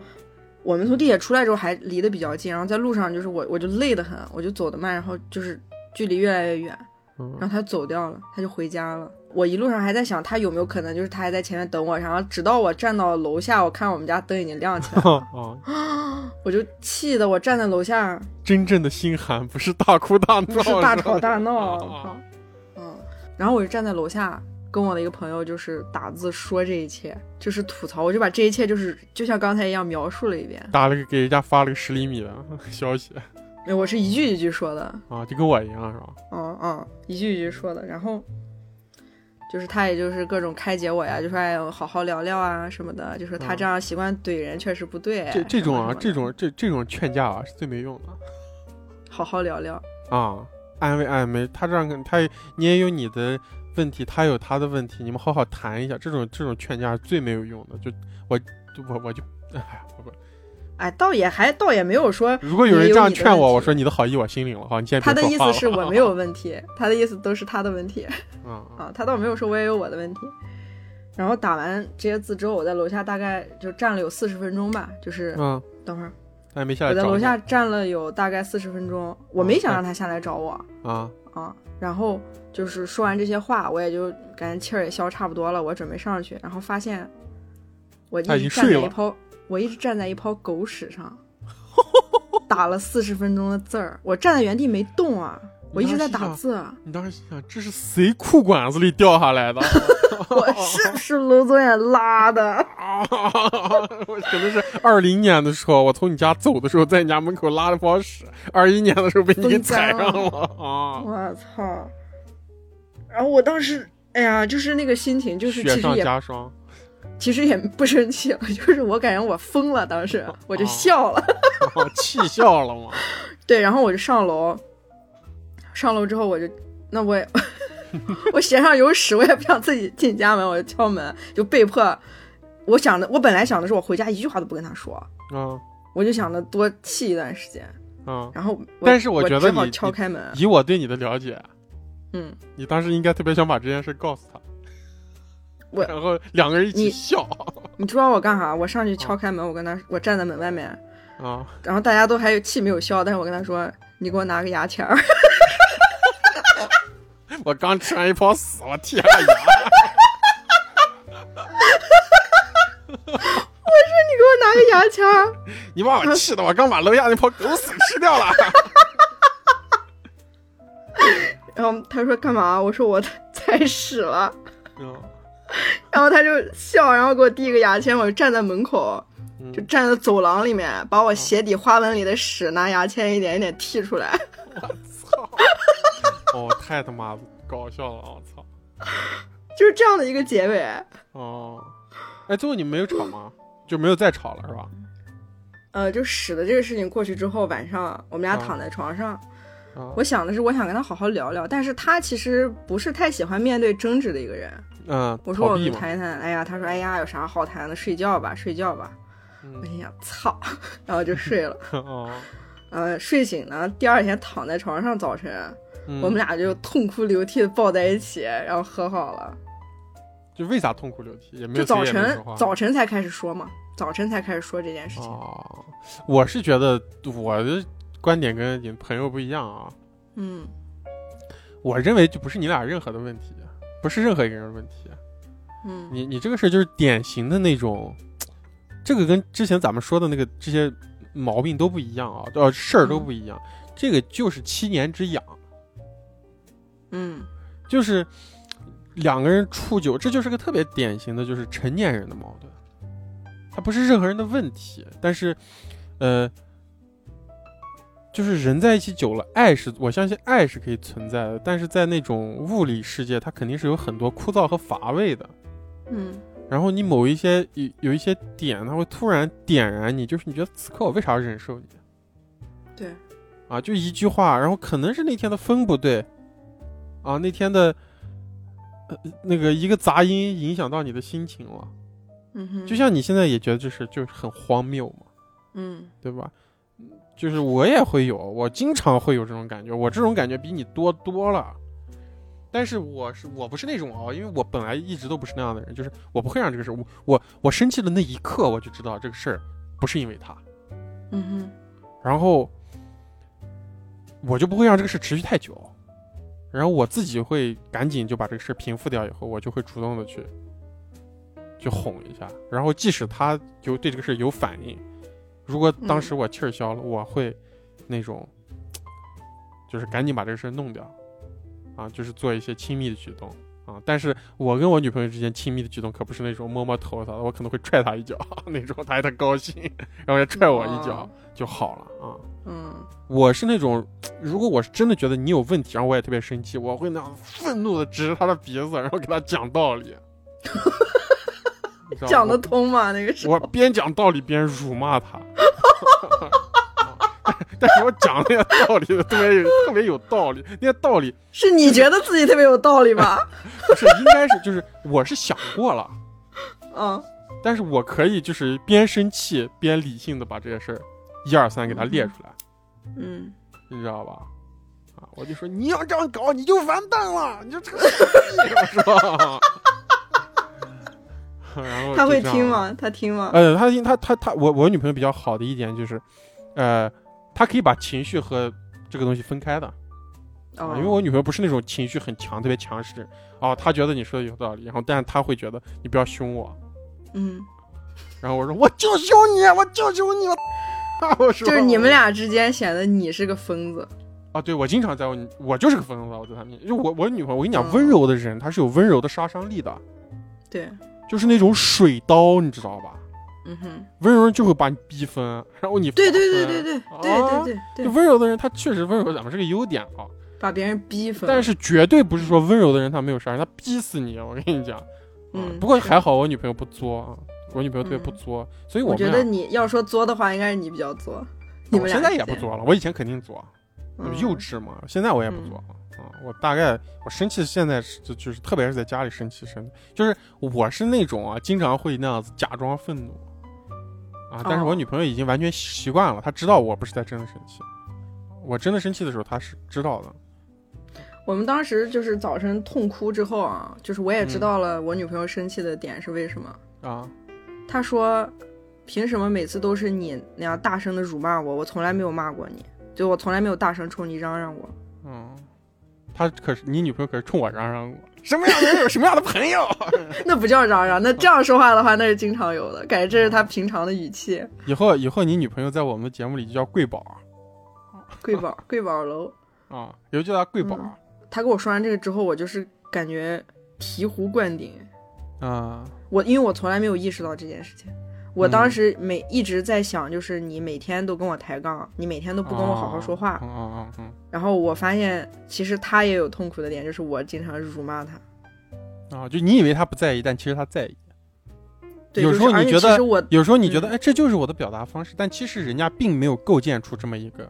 [SPEAKER 2] 我们从地铁出来之后还离得比较近，然后在路上就是我我就累得很，我就走得慢，然后就是距离越来越远，
[SPEAKER 1] 嗯
[SPEAKER 2] 然后他走掉了，他就回家了。我一路上还在想，他有没有可能就是他还在前面等我，然后直到我站到楼下，我看我们家灯已经亮起来了，
[SPEAKER 1] 啊，
[SPEAKER 2] 我就气得我站在楼下
[SPEAKER 1] 真正的心寒不是大哭大闹，
[SPEAKER 2] 不是大吵
[SPEAKER 1] 吧
[SPEAKER 2] 大闹，
[SPEAKER 1] 是
[SPEAKER 2] 我
[SPEAKER 1] 吧啊
[SPEAKER 2] 靠，嗯，然后我就站在楼下跟我的一个朋友就是打字说这一切，就是吐槽，我就把这一切就是就像刚才一样描述了一遍，
[SPEAKER 1] 打了个给人家发了个十厘米的消息
[SPEAKER 2] 我是一句一句说的，
[SPEAKER 1] 啊，就跟我一样是吧？
[SPEAKER 2] 嗯嗯，一句一句说的，然后就是他也就是各种开解我呀，就说哎，好好聊聊啊什么的，就说他
[SPEAKER 1] 嗯
[SPEAKER 2] 这样习惯怼人确实不对。
[SPEAKER 1] 这这种啊，
[SPEAKER 2] 什么什
[SPEAKER 1] 这
[SPEAKER 2] 么
[SPEAKER 1] 种
[SPEAKER 2] 的
[SPEAKER 1] 这这种劝架啊是最没用的
[SPEAKER 2] 好好聊聊，
[SPEAKER 1] 啊，安慰安慰，他这样跟他你也有你的问题，他有他的问题，你们好好谈一下，这种这种劝架是最没有用的，就我就我我就哎呀，我不
[SPEAKER 2] 哎，倒也还倒也没有说
[SPEAKER 1] 如果有人
[SPEAKER 2] 也有
[SPEAKER 1] 这样
[SPEAKER 2] 你的
[SPEAKER 1] 劝
[SPEAKER 2] 问
[SPEAKER 1] 我，
[SPEAKER 2] 题
[SPEAKER 1] 我说你的好意我心领了哈，你现在
[SPEAKER 2] 他的
[SPEAKER 1] 别说
[SPEAKER 2] 意
[SPEAKER 1] 话
[SPEAKER 2] 思
[SPEAKER 1] 了
[SPEAKER 2] 是我没有问题，他的意思都是他的问题
[SPEAKER 1] 啊
[SPEAKER 2] 啊，他倒没有说我也有我的问题。然后打完这些字之后，我在楼下大概就站了有四十分钟吧，就是、
[SPEAKER 1] 嗯，
[SPEAKER 2] 等会儿
[SPEAKER 1] 他也没下来
[SPEAKER 2] 我在
[SPEAKER 1] 找
[SPEAKER 2] 楼
[SPEAKER 1] 你嗯
[SPEAKER 2] 下站了有大概四十分钟，我没想让他下来找我。
[SPEAKER 1] 啊，
[SPEAKER 2] 啊，然后就是说完这些话，我也就感觉气儿也消差不多了，我准备上去，然后发现我一
[SPEAKER 1] 他已经
[SPEAKER 2] 直站
[SPEAKER 1] 睡
[SPEAKER 2] 在一
[SPEAKER 1] 了
[SPEAKER 2] 泡，我一直站在一泡狗屎 上，打了四十分钟的字儿，我站在原地没动啊，我一直在打字啊，
[SPEAKER 1] 你当时心想这是谁裤管子里掉下来的
[SPEAKER 2] 我是不是楼总也拉的？
[SPEAKER 1] 啊？啊！我可能是二零年的时候，我从你家走的时候，在你家门口拉了泡屎；二一年的时候被你给踩上了啊！
[SPEAKER 2] 我操！然后我当时，哎呀，就是那个心情，就是
[SPEAKER 1] 雪
[SPEAKER 2] 其实
[SPEAKER 1] 上
[SPEAKER 2] 也
[SPEAKER 1] 加霜，
[SPEAKER 2] 其实也不生气了，就是我感觉我疯了，当时我就
[SPEAKER 1] 哦
[SPEAKER 2] 笑了。
[SPEAKER 1] 啊 气笑了嘛？
[SPEAKER 2] 对，然后我就上楼，上楼之后我就，那我也， 我鞋上有屎，我也不想自己进家门，我就敲门，就被迫。我想的，我本来想的是我回家一句话都不跟他说，
[SPEAKER 1] 啊
[SPEAKER 2] 我就想着多气一段时间，
[SPEAKER 1] 啊！
[SPEAKER 2] 然后我
[SPEAKER 1] 但是我
[SPEAKER 2] 我
[SPEAKER 1] 觉得
[SPEAKER 2] 只好
[SPEAKER 1] 你
[SPEAKER 2] 敲开门，
[SPEAKER 1] 以我对你的了解，
[SPEAKER 2] 嗯，
[SPEAKER 1] 你当时应该特别想把这件事告诉他，
[SPEAKER 2] 我
[SPEAKER 1] 然后两个人一起
[SPEAKER 2] 你
[SPEAKER 1] 笑
[SPEAKER 2] 你知道我干啥？我上去敲开门，我跟他，我站在门外面，
[SPEAKER 1] 啊！
[SPEAKER 2] 然后大家都还有气没有消，但是我跟他说，你给我拿个牙签儿，
[SPEAKER 1] 我刚吃完一泡屎，我天 呀！
[SPEAKER 2] 你给我拿个牙签儿，
[SPEAKER 1] 你把我气的，我刚把楼下那泡狗屎吃掉了。
[SPEAKER 2] 然后他说干嘛？我说我 踩屎了。
[SPEAKER 1] 嗯
[SPEAKER 2] 然后他就笑，然后给我递一个牙签，我就站在门口，
[SPEAKER 1] 嗯
[SPEAKER 2] 就站在走廊里面，把我鞋底花纹里的屎拿牙签一点一点剔出来。
[SPEAKER 1] 操！哦，太他妈搞笑了！我操！
[SPEAKER 2] 就是这样的一个结尾，
[SPEAKER 1] 哦，哎，最后你们没有吵吗？就没有再吵了是吧？
[SPEAKER 2] 呃，就屎的这个事情过去之后，晚上我们俩
[SPEAKER 1] 啊
[SPEAKER 2] 躺在床上，
[SPEAKER 1] 啊
[SPEAKER 2] 我想的是我想跟他好好聊聊，但是他其实不是太喜欢面对争执的一个人。
[SPEAKER 1] 嗯，
[SPEAKER 2] 我说
[SPEAKER 1] 逃
[SPEAKER 2] 我
[SPEAKER 1] 避
[SPEAKER 2] 们
[SPEAKER 1] 嘛，
[SPEAKER 2] 谈一谈，哎呀，他说哎呀有啥好谈的，睡觉吧，睡觉吧。我
[SPEAKER 1] 嗯，
[SPEAKER 2] 心想操， 然后就睡了。
[SPEAKER 1] 哦，
[SPEAKER 2] 呃，睡醒呢，第二天躺在床上，早晨，
[SPEAKER 1] 嗯
[SPEAKER 2] 我们俩就痛哭流涕的抱在一起，然后和好了。
[SPEAKER 1] 嗯就为啥痛哭流涕？也没
[SPEAKER 2] 就
[SPEAKER 1] 有谁
[SPEAKER 2] 早
[SPEAKER 1] 也没
[SPEAKER 2] 晨
[SPEAKER 1] 说话，
[SPEAKER 2] 早晨才开始说嘛，早晨才开始说这件事情。
[SPEAKER 1] 哦，我是觉得我的观点跟你朋友不一样啊，
[SPEAKER 2] 嗯，
[SPEAKER 1] 我认为就不是你俩任何的问题，不是任何一个人的问题。
[SPEAKER 2] 嗯
[SPEAKER 1] 你你这个事儿就是典型的那种，这个跟之前咱们说的那个这些毛病都不一样啊，呃，事儿都不一样。这个就是七年之痒，
[SPEAKER 2] 嗯
[SPEAKER 1] 就是两个人处久，这就是个特别典型的就是成年人的矛盾，它不是任何人的问题，但是，呃，就是人在一起久了，爱是我相信爱是可以存在的，但是在那种物理世界，它肯定是有很多枯燥和乏味的。
[SPEAKER 2] 嗯
[SPEAKER 1] 然后你某一些有有一些点，它会突然点燃你，就是你觉得此刻我为啥要忍受你？
[SPEAKER 2] 对，
[SPEAKER 1] 啊，就一句话，然后可能是那天的风不对，啊，那天的、呃、那个一个杂音影响到你的心情了，
[SPEAKER 2] 嗯哼，
[SPEAKER 1] 就像你现在也觉得这是就是很荒谬嘛，
[SPEAKER 2] 嗯
[SPEAKER 1] 对吧？就是我也会有，我经常会有这种感觉，我这种感觉比你多多了。但是我是我不是那种啊，因为我本来一直都不是那样的人，就是我不会让这个事儿，我我我生气的那一刻我就知道这个事儿不是因为他，
[SPEAKER 2] 嗯哼
[SPEAKER 1] 然后我就不会让这个事持续太久，然后我自己会赶紧就把这个事平复掉，以后我就会主动的去去哄一下，然后即使他有对这个事有反应，如果当时我气儿消了，我会那种就是赶紧把这个事弄掉，啊，就是做一些亲密的举动。啊！但是我跟我女朋友之间亲密的举动可不是那种摸摸头啥的，我可能会踹她一脚 那种，她还特高兴，然后也踹我一脚，就好了啊。
[SPEAKER 2] 嗯
[SPEAKER 1] 我是那种，如果我是真的觉得你有问题，然后我也特别生气，我会那样愤怒的指着他的鼻子，然后给他讲道 理。你知道吗
[SPEAKER 2] 讲得通嘛那个时
[SPEAKER 1] 我
[SPEAKER 2] 候，
[SPEAKER 1] 边讲道理边辱骂他， 但是我讲那些道理特别有特别有道理，那些道理
[SPEAKER 2] 是你觉得自己特别有道理 吧？
[SPEAKER 1] 不是应该是就是我是想过了，
[SPEAKER 2] 嗯
[SPEAKER 1] 但是我可以就是边生气边理性的把这些事儿一二三给他列出来。
[SPEAKER 2] 嗯
[SPEAKER 1] 你知道吧？啊，我就说你要这样搞，你就完蛋了，你就这个屁，我说。 然后
[SPEAKER 2] 他
[SPEAKER 1] 哦就
[SPEAKER 2] 会
[SPEAKER 1] 这样
[SPEAKER 2] 听？吗？他听吗？
[SPEAKER 1] 呃，他听他他他，我我女朋友比较好的一点就是，呃，她可以把情绪和这个东西分开的，
[SPEAKER 2] 哦
[SPEAKER 1] 啊，因为我女朋友不是那种情绪很强、特别强势，哦，她觉得你说的有道理，然后但是她会觉得你不要凶我，
[SPEAKER 2] 嗯，
[SPEAKER 1] 然后我说我就凶你，我就凶你，我 我说
[SPEAKER 2] 就是你
[SPEAKER 1] 我
[SPEAKER 2] 们俩之间显得你是个疯子。
[SPEAKER 1] 啊，对，我经常在我女我就是个疯子，我在他面前，就我我女朋友，我跟你讲，
[SPEAKER 2] 嗯
[SPEAKER 1] 温柔的人她是有温柔的杀伤力的，
[SPEAKER 2] 对，
[SPEAKER 1] 就是那种水刀，你知道吧？
[SPEAKER 2] 嗯哼，
[SPEAKER 1] 温柔人就会把你逼疯，然后你
[SPEAKER 2] 对
[SPEAKER 1] 发
[SPEAKER 2] 对对
[SPEAKER 1] 疯
[SPEAKER 2] 对对
[SPEAKER 1] 啊
[SPEAKER 2] 对对对
[SPEAKER 1] 就
[SPEAKER 2] 对，
[SPEAKER 1] 温柔的人，他确实温柔，咱们是个优点啊。
[SPEAKER 2] 把别人逼疯。
[SPEAKER 1] 但是绝对不是说温柔的人他没有杀人，他逼死你，我跟你讲。啊
[SPEAKER 2] 嗯
[SPEAKER 1] 不过
[SPEAKER 2] 是
[SPEAKER 1] 还好我女朋友不作啊，我女朋友特别不
[SPEAKER 2] 嗯
[SPEAKER 1] 作，所以
[SPEAKER 2] 我
[SPEAKER 1] 们
[SPEAKER 2] 觉得
[SPEAKER 1] 俩
[SPEAKER 2] 你要说作的话，应该是你比较作。你
[SPEAKER 1] 我
[SPEAKER 2] 们俩
[SPEAKER 1] 现在也
[SPEAKER 2] 之
[SPEAKER 1] 不
[SPEAKER 2] 间，
[SPEAKER 1] 作了，我以前肯定作，
[SPEAKER 2] 嗯
[SPEAKER 1] 幼稚嘛，现在我也不
[SPEAKER 2] 嗯
[SPEAKER 1] 作了。啊，我大概我生气，现在是就就是，特别是在家里生气，生气就是我是那种啊，经常会那样子假装愤怒，啊，但是我
[SPEAKER 2] 哦
[SPEAKER 1] 女朋友已经完全习惯了，她知道我不是在真的生气，我真的生气的时候她是知道的，
[SPEAKER 2] 我们当时就是早晨痛哭之后啊，就是我也知
[SPEAKER 1] 嗯
[SPEAKER 2] 道了我女朋友生气的点是为什么。
[SPEAKER 1] 啊，
[SPEAKER 2] 她说：“凭什么每次都是你那样大声的辱骂我？我从来没有骂过你，就我从来没有大声冲你嚷嚷过。
[SPEAKER 1] 嗯，她可是你女朋友可是冲我嚷嚷过，什么样的人有什么样的朋友，
[SPEAKER 2] 那不叫嚷嚷，那这样说话的话，那是经常有的。感觉这是
[SPEAKER 1] 哦
[SPEAKER 2] 她平常的语气。
[SPEAKER 1] 以后以后你女朋友在我们的节目里就叫贵宝
[SPEAKER 2] 贵宝，贵宝楼。
[SPEAKER 1] 啊，以后就叫她贵宝
[SPEAKER 2] 嗯她跟我说完这个之后，我就是感觉醍醐灌顶。
[SPEAKER 1] 啊，
[SPEAKER 2] 我因为我从来没有意识到这件事情，我
[SPEAKER 1] 嗯
[SPEAKER 2] 当时每、一直在想，就是你每天都跟我抬杠，你每天都不跟我好好说话，
[SPEAKER 1] 嗯嗯嗯
[SPEAKER 2] 然后我发现其实他也有痛苦的点，就是我经常辱骂他。
[SPEAKER 1] 嗯，啊，就你以为她不在意，但其实她在意。
[SPEAKER 2] 对，
[SPEAKER 1] 有时候
[SPEAKER 2] 就是而
[SPEAKER 1] 你
[SPEAKER 2] 且
[SPEAKER 1] 觉得
[SPEAKER 2] 其实我
[SPEAKER 1] 有时候你觉得，
[SPEAKER 2] 嗯
[SPEAKER 1] 哎，这就是我的表达方式，但其实人家并没有构建出这么一个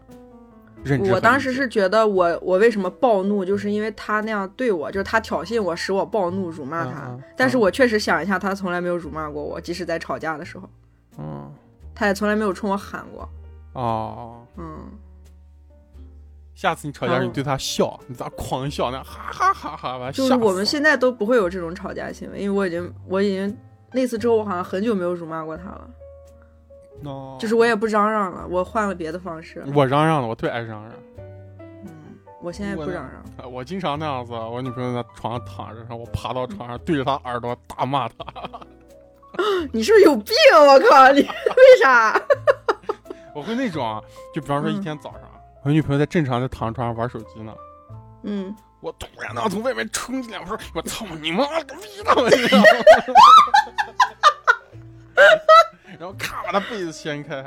[SPEAKER 1] 认知和理解。
[SPEAKER 2] 我当时是觉得我我为什么暴怒，就是因为他那样对我，就是他挑衅我，使我暴怒，辱骂他。
[SPEAKER 1] 嗯嗯
[SPEAKER 2] 但是我确实想一下，他从来没有辱骂过我，即使在吵架的时候，
[SPEAKER 1] 嗯，
[SPEAKER 2] 他也从来没有冲我喊过。
[SPEAKER 1] 哦，
[SPEAKER 2] 嗯，
[SPEAKER 1] 下次你吵架，
[SPEAKER 2] 然后
[SPEAKER 1] 你对他笑，你咋狂笑呢？哈哈哈哈！把他
[SPEAKER 2] 嗯就是
[SPEAKER 1] 吓死
[SPEAKER 2] 我们
[SPEAKER 1] 了
[SPEAKER 2] 现在都不会有这种吵架行为，因为我已经我已经那次之后，我好像很久没有辱骂过他了，
[SPEAKER 1] 哦
[SPEAKER 2] 就是我也不嚷嚷了，我换了别的方式。
[SPEAKER 1] 我嚷嚷的，我特别爱嚷嚷，
[SPEAKER 2] 嗯，我现在不嚷嚷。
[SPEAKER 1] 我经常那样子，我女朋友在床上躺着，然后我爬到床上对着她耳朵大骂她。
[SPEAKER 2] 你是不是有病？啊我靠，你为啥？
[SPEAKER 1] 我会那种啊，就比方说一
[SPEAKER 2] 嗯
[SPEAKER 1] 天早上，我女朋友在正常的躺床上玩手机呢，
[SPEAKER 2] 嗯，
[SPEAKER 1] 我突然呢从外面冲进来，我说我操你妈了个逼的！我操然后咔把他被子掀开，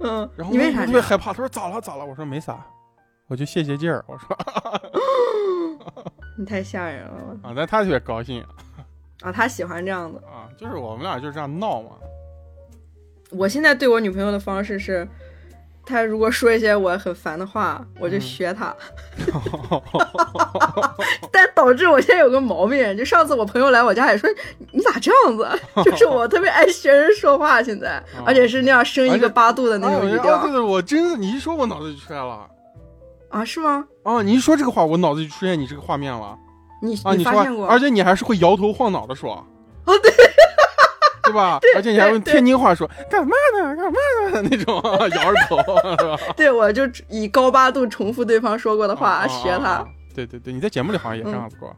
[SPEAKER 2] 嗯
[SPEAKER 1] 然，后
[SPEAKER 2] 你为
[SPEAKER 1] 我
[SPEAKER 2] 啥
[SPEAKER 1] 特
[SPEAKER 2] 这
[SPEAKER 1] 别
[SPEAKER 2] 样？
[SPEAKER 1] 害怕，他说咋了咋了？我说没啥，我就泄泄劲儿。我说
[SPEAKER 2] 你太吓人了
[SPEAKER 1] 啊，但他特别高兴
[SPEAKER 2] 啊！他喜欢这样的。
[SPEAKER 1] 啊，就是我们俩就这样闹嘛。
[SPEAKER 2] 我现在对我女朋友的方式是，她如果说一些我很烦的话，我就
[SPEAKER 1] 嗯
[SPEAKER 2] 学她，但导致我现在有个毛病，就上次我朋友来我家也说你你咋这样子， 就是我特别爱学人说话，现在
[SPEAKER 1] 哦，
[SPEAKER 2] 而且是那样升
[SPEAKER 1] 而
[SPEAKER 2] 一
[SPEAKER 1] 且
[SPEAKER 2] 个八度的那
[SPEAKER 1] 哎，我
[SPEAKER 2] 种语
[SPEAKER 1] 觉得啊，对对，
[SPEAKER 2] 调
[SPEAKER 1] 我真的，你一说我脑子就出来了。
[SPEAKER 2] 啊，是吗？
[SPEAKER 1] 啊，你一说这个话，我脑子就出现你这个画面了
[SPEAKER 2] 你
[SPEAKER 1] 啊！你
[SPEAKER 2] 发
[SPEAKER 1] 说
[SPEAKER 2] 现过？
[SPEAKER 1] 话，而且你还是会摇头晃脑的说，
[SPEAKER 2] 哦，对，
[SPEAKER 1] 对吧？而且你还用天津话说干嘛呢？干嘛呢？那种摇着头，是吧？
[SPEAKER 2] 对，我就以高八度重复对方说过的
[SPEAKER 1] 啊
[SPEAKER 2] 话
[SPEAKER 1] 啊
[SPEAKER 2] 学
[SPEAKER 1] 啊
[SPEAKER 2] 他
[SPEAKER 1] 啊，对对对，你在节目里好像也这样子过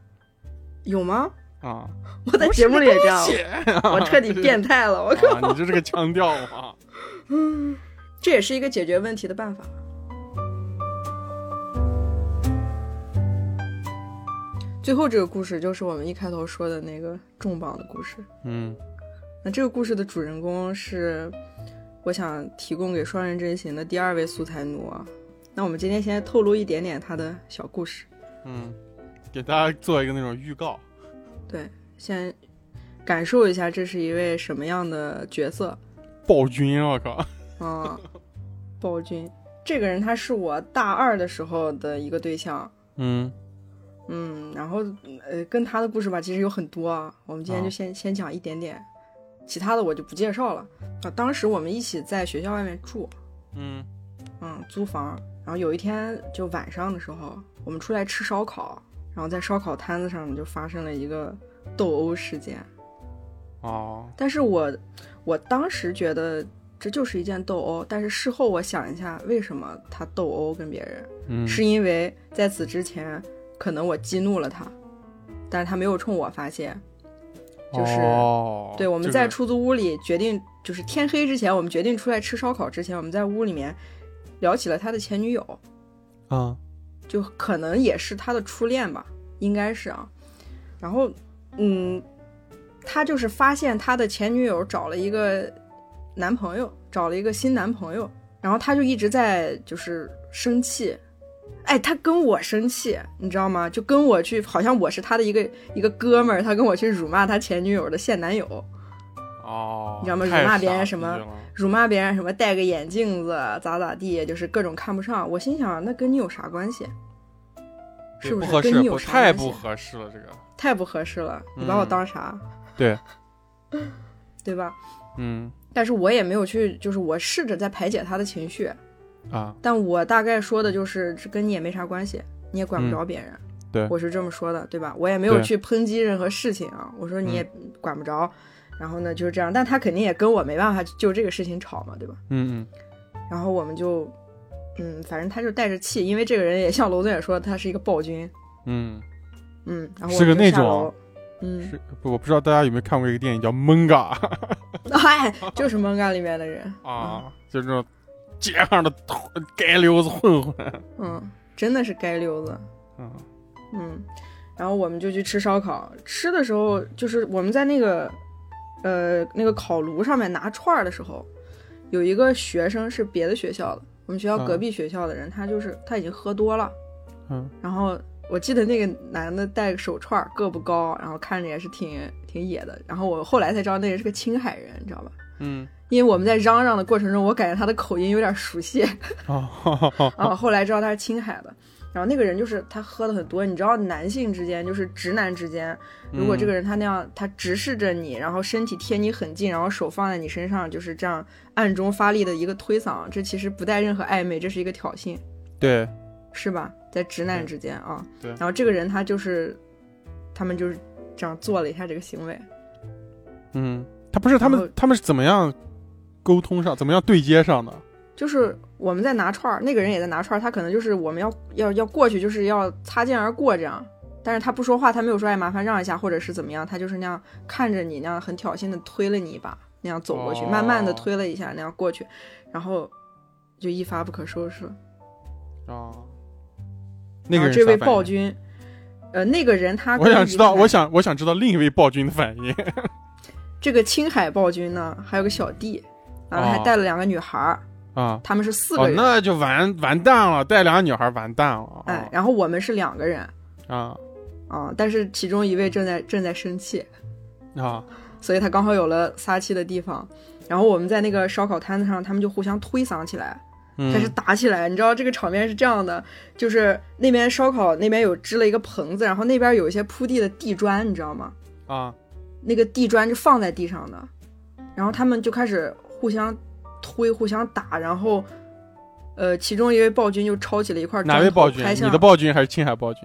[SPEAKER 2] 有吗？
[SPEAKER 1] 啊。
[SPEAKER 2] 我在节目里也这样，
[SPEAKER 1] 姐，
[SPEAKER 2] 我彻底变态了，我
[SPEAKER 1] 啊，你就这个腔调嘛。
[SPEAKER 2] 这也是一个解决问题的办法。最后这个故事就是我们一开头说的那个重磅的故事。
[SPEAKER 1] 嗯
[SPEAKER 2] 那这个故事的主人公是，我想提供给双人真行的第二位素材奴啊。那我们今天先透露一点点他的小故事，
[SPEAKER 1] 嗯，给大家做一个那种预告。
[SPEAKER 2] 对，先感受一下这是一位什么样的角色。
[SPEAKER 1] 暴君，我靠！
[SPEAKER 2] 啊， 暴君这个人他是我大二的时候的一个对象，
[SPEAKER 1] 嗯
[SPEAKER 2] 嗯，然后呃跟他的故事吧，其实有很多啊，我们今天
[SPEAKER 1] 啊
[SPEAKER 2] 就先、先讲一点点，其他的我就不介绍了啊。当时我们一起在学校外面住，
[SPEAKER 1] 嗯
[SPEAKER 2] 嗯，租房，然后有一天就晚上的时候，我们出来吃烧烤，然后在烧烤摊子上就发生了一个斗殴事件，
[SPEAKER 1] 哦
[SPEAKER 2] 但是我我当时觉得这就是一件斗殴，但是事后我想一下，为什么他斗殴跟别人，
[SPEAKER 1] 嗯
[SPEAKER 2] 是因为在此之前可能我激怒了他，但是他没有冲我发泄，就是、
[SPEAKER 1] 哦
[SPEAKER 2] 对我们
[SPEAKER 1] 就
[SPEAKER 2] 在
[SPEAKER 1] 是
[SPEAKER 2] 出租屋里决定，就是天黑之前，我们决定出来吃烧烤之前，我们在屋里面聊起了他的前女友，
[SPEAKER 1] 啊
[SPEAKER 2] 就可能也是他的初恋吧，应该是啊。然后，嗯，他就是发现他的前女友找了一个男朋友，找了一个新男朋友，然后他就一直在就是生气，哎，他跟我生气，你知道吗？就跟我去，好像我是他的一个 一个哥们儿，他跟我去辱骂他前女友的现男友，
[SPEAKER 1] 哦，
[SPEAKER 2] 你知道吗
[SPEAKER 1] 太
[SPEAKER 2] 辱骂别
[SPEAKER 1] 傻
[SPEAKER 2] 人什
[SPEAKER 1] 逼
[SPEAKER 2] 么
[SPEAKER 1] 了
[SPEAKER 2] 辱骂别人什么戴个眼镜子咋咋地，就是各种看不上。我心想，那跟你有啥关系？
[SPEAKER 1] 对
[SPEAKER 2] 是
[SPEAKER 1] 不
[SPEAKER 2] 是
[SPEAKER 1] 合
[SPEAKER 2] 跟
[SPEAKER 1] 适？
[SPEAKER 2] 你有
[SPEAKER 1] 不
[SPEAKER 2] 啥
[SPEAKER 1] 太
[SPEAKER 2] 关
[SPEAKER 1] 不
[SPEAKER 2] 系？
[SPEAKER 1] 合适了，这个，
[SPEAKER 2] 太不合适了，你把我
[SPEAKER 1] 嗯
[SPEAKER 2] 当啥？
[SPEAKER 1] 对，
[SPEAKER 2] 对吧？
[SPEAKER 1] 嗯
[SPEAKER 2] 但是我也没有去，就是我试着在排解他的情绪，
[SPEAKER 1] 啊，
[SPEAKER 2] 但我大概说的就是这跟你也没啥关系，你也管不着别人。
[SPEAKER 1] 嗯对
[SPEAKER 2] 我是这么说的，对吧？我也没有
[SPEAKER 1] 对嗯
[SPEAKER 2] 去抨击任何事情啊，我说你也管不着，然后呢就是这样，但他肯定也跟我没办法就这个事情吵嘛，对吧？
[SPEAKER 1] 嗯
[SPEAKER 2] 然后我们就，嗯，反正他就带着气，因为这个人也像楼总也说，他是一个暴君，
[SPEAKER 1] 嗯
[SPEAKER 2] 嗯，然后
[SPEAKER 1] 是个
[SPEAKER 2] 我们就
[SPEAKER 1] 那
[SPEAKER 2] 下
[SPEAKER 1] 种啊
[SPEAKER 2] 楼，
[SPEAKER 1] 嗯，
[SPEAKER 2] 嗯，
[SPEAKER 1] 是我不知道大家有没有看过一个电影叫《蒙嘎》
[SPEAKER 2] 哎，就是《蒙嘎》里面的人，
[SPEAKER 1] 啊， 就是那种街上的街溜子混混，
[SPEAKER 2] 嗯，真的是街溜子，
[SPEAKER 1] 嗯
[SPEAKER 2] 嗯，然后我们就去吃烧烤，吃的时候就是我们在那个，呃，那个烤炉上面拿串儿的时候，有一个学生是别的学校的，我们学校
[SPEAKER 1] 嗯
[SPEAKER 2] 隔壁学校的人，他就是他已经喝多了，
[SPEAKER 1] 嗯，
[SPEAKER 2] 然后我记得那个男的戴个手串儿，个不高，然后看着也是挺挺野的，然后我后来才知道那个是个青海人，你知道吧？
[SPEAKER 1] 嗯
[SPEAKER 2] 因为我们在嚷嚷的过程中，我感觉他的口音有点熟悉，
[SPEAKER 1] 啊，哈哈哈
[SPEAKER 2] 啊，后来知道他是青海的。然后那个人就是他喝的很多，你知道，男性之间就是直男之间， 如果
[SPEAKER 1] 嗯
[SPEAKER 2] 这个人他那样，他直视着你，然后身体贴你很近，然后手放在你身上，就是这样暗中发力的一个推搡，这其实不带任何暧昧，这是一个挑衅，
[SPEAKER 1] 嗯对，
[SPEAKER 2] 是吧？在直男
[SPEAKER 1] 对
[SPEAKER 2] 之间啊，
[SPEAKER 1] 对
[SPEAKER 2] 然后这个人他就是，他们就是这样做了一下这个行为，
[SPEAKER 1] 嗯，他不是他
[SPEAKER 2] 然
[SPEAKER 1] 们
[SPEAKER 2] 后
[SPEAKER 1] 他们是怎么样沟通上，怎么样对接上的？
[SPEAKER 2] 就是我们在拿串儿，那个人也在拿串儿，他可能就是我们要要要过去，就是要擦肩而过这样。但是他不说话，他没有说哎麻烦让一下或者是怎么样，他就是那样看着你那样很挑衅的推了你一把，那样走过去，
[SPEAKER 1] 哦
[SPEAKER 2] 慢慢的推了一下那样过去，然后就一发不可收拾了。
[SPEAKER 1] 啊，那个
[SPEAKER 2] 然后
[SPEAKER 1] 人
[SPEAKER 2] 这
[SPEAKER 1] 啥
[SPEAKER 2] 位
[SPEAKER 1] 反应
[SPEAKER 2] 暴，君，呃，那个人他
[SPEAKER 1] 我想知道，我
[SPEAKER 2] 想
[SPEAKER 1] 想我想知道另一位暴君的反应。
[SPEAKER 2] 这个青海暴君呢，还有个小弟，啊，
[SPEAKER 1] 哦
[SPEAKER 2] 还带了两个女孩儿，
[SPEAKER 1] 啊，
[SPEAKER 2] 他们是四
[SPEAKER 1] 哦
[SPEAKER 2] 个，人，
[SPEAKER 1] 那就完完蛋了，带两个女孩完蛋了啊。
[SPEAKER 2] 哎，然后我们是两个人
[SPEAKER 1] 啊
[SPEAKER 2] 啊，但是其中一位正在正在生气。
[SPEAKER 1] 啊
[SPEAKER 2] 所以他刚好有了撒气的地方。然后我们在那个烧烤摊子上，他们就互相推搡起来，
[SPEAKER 1] 嗯，
[SPEAKER 2] 开始打起来。你知道这个场面是这样的，就是那边烧烤那边有支了一个棚子，然后那边有一些铺地的地砖，你知道吗？
[SPEAKER 1] 啊
[SPEAKER 2] 那个地砖是放在地上的，然后他们就开始互相推、互相打，然后。呃，其中一位暴君就抄起了一块
[SPEAKER 1] 哪
[SPEAKER 2] 砖
[SPEAKER 1] 位
[SPEAKER 2] 头
[SPEAKER 1] 暴君？
[SPEAKER 2] 拍向
[SPEAKER 1] 你的暴君还是青海暴君？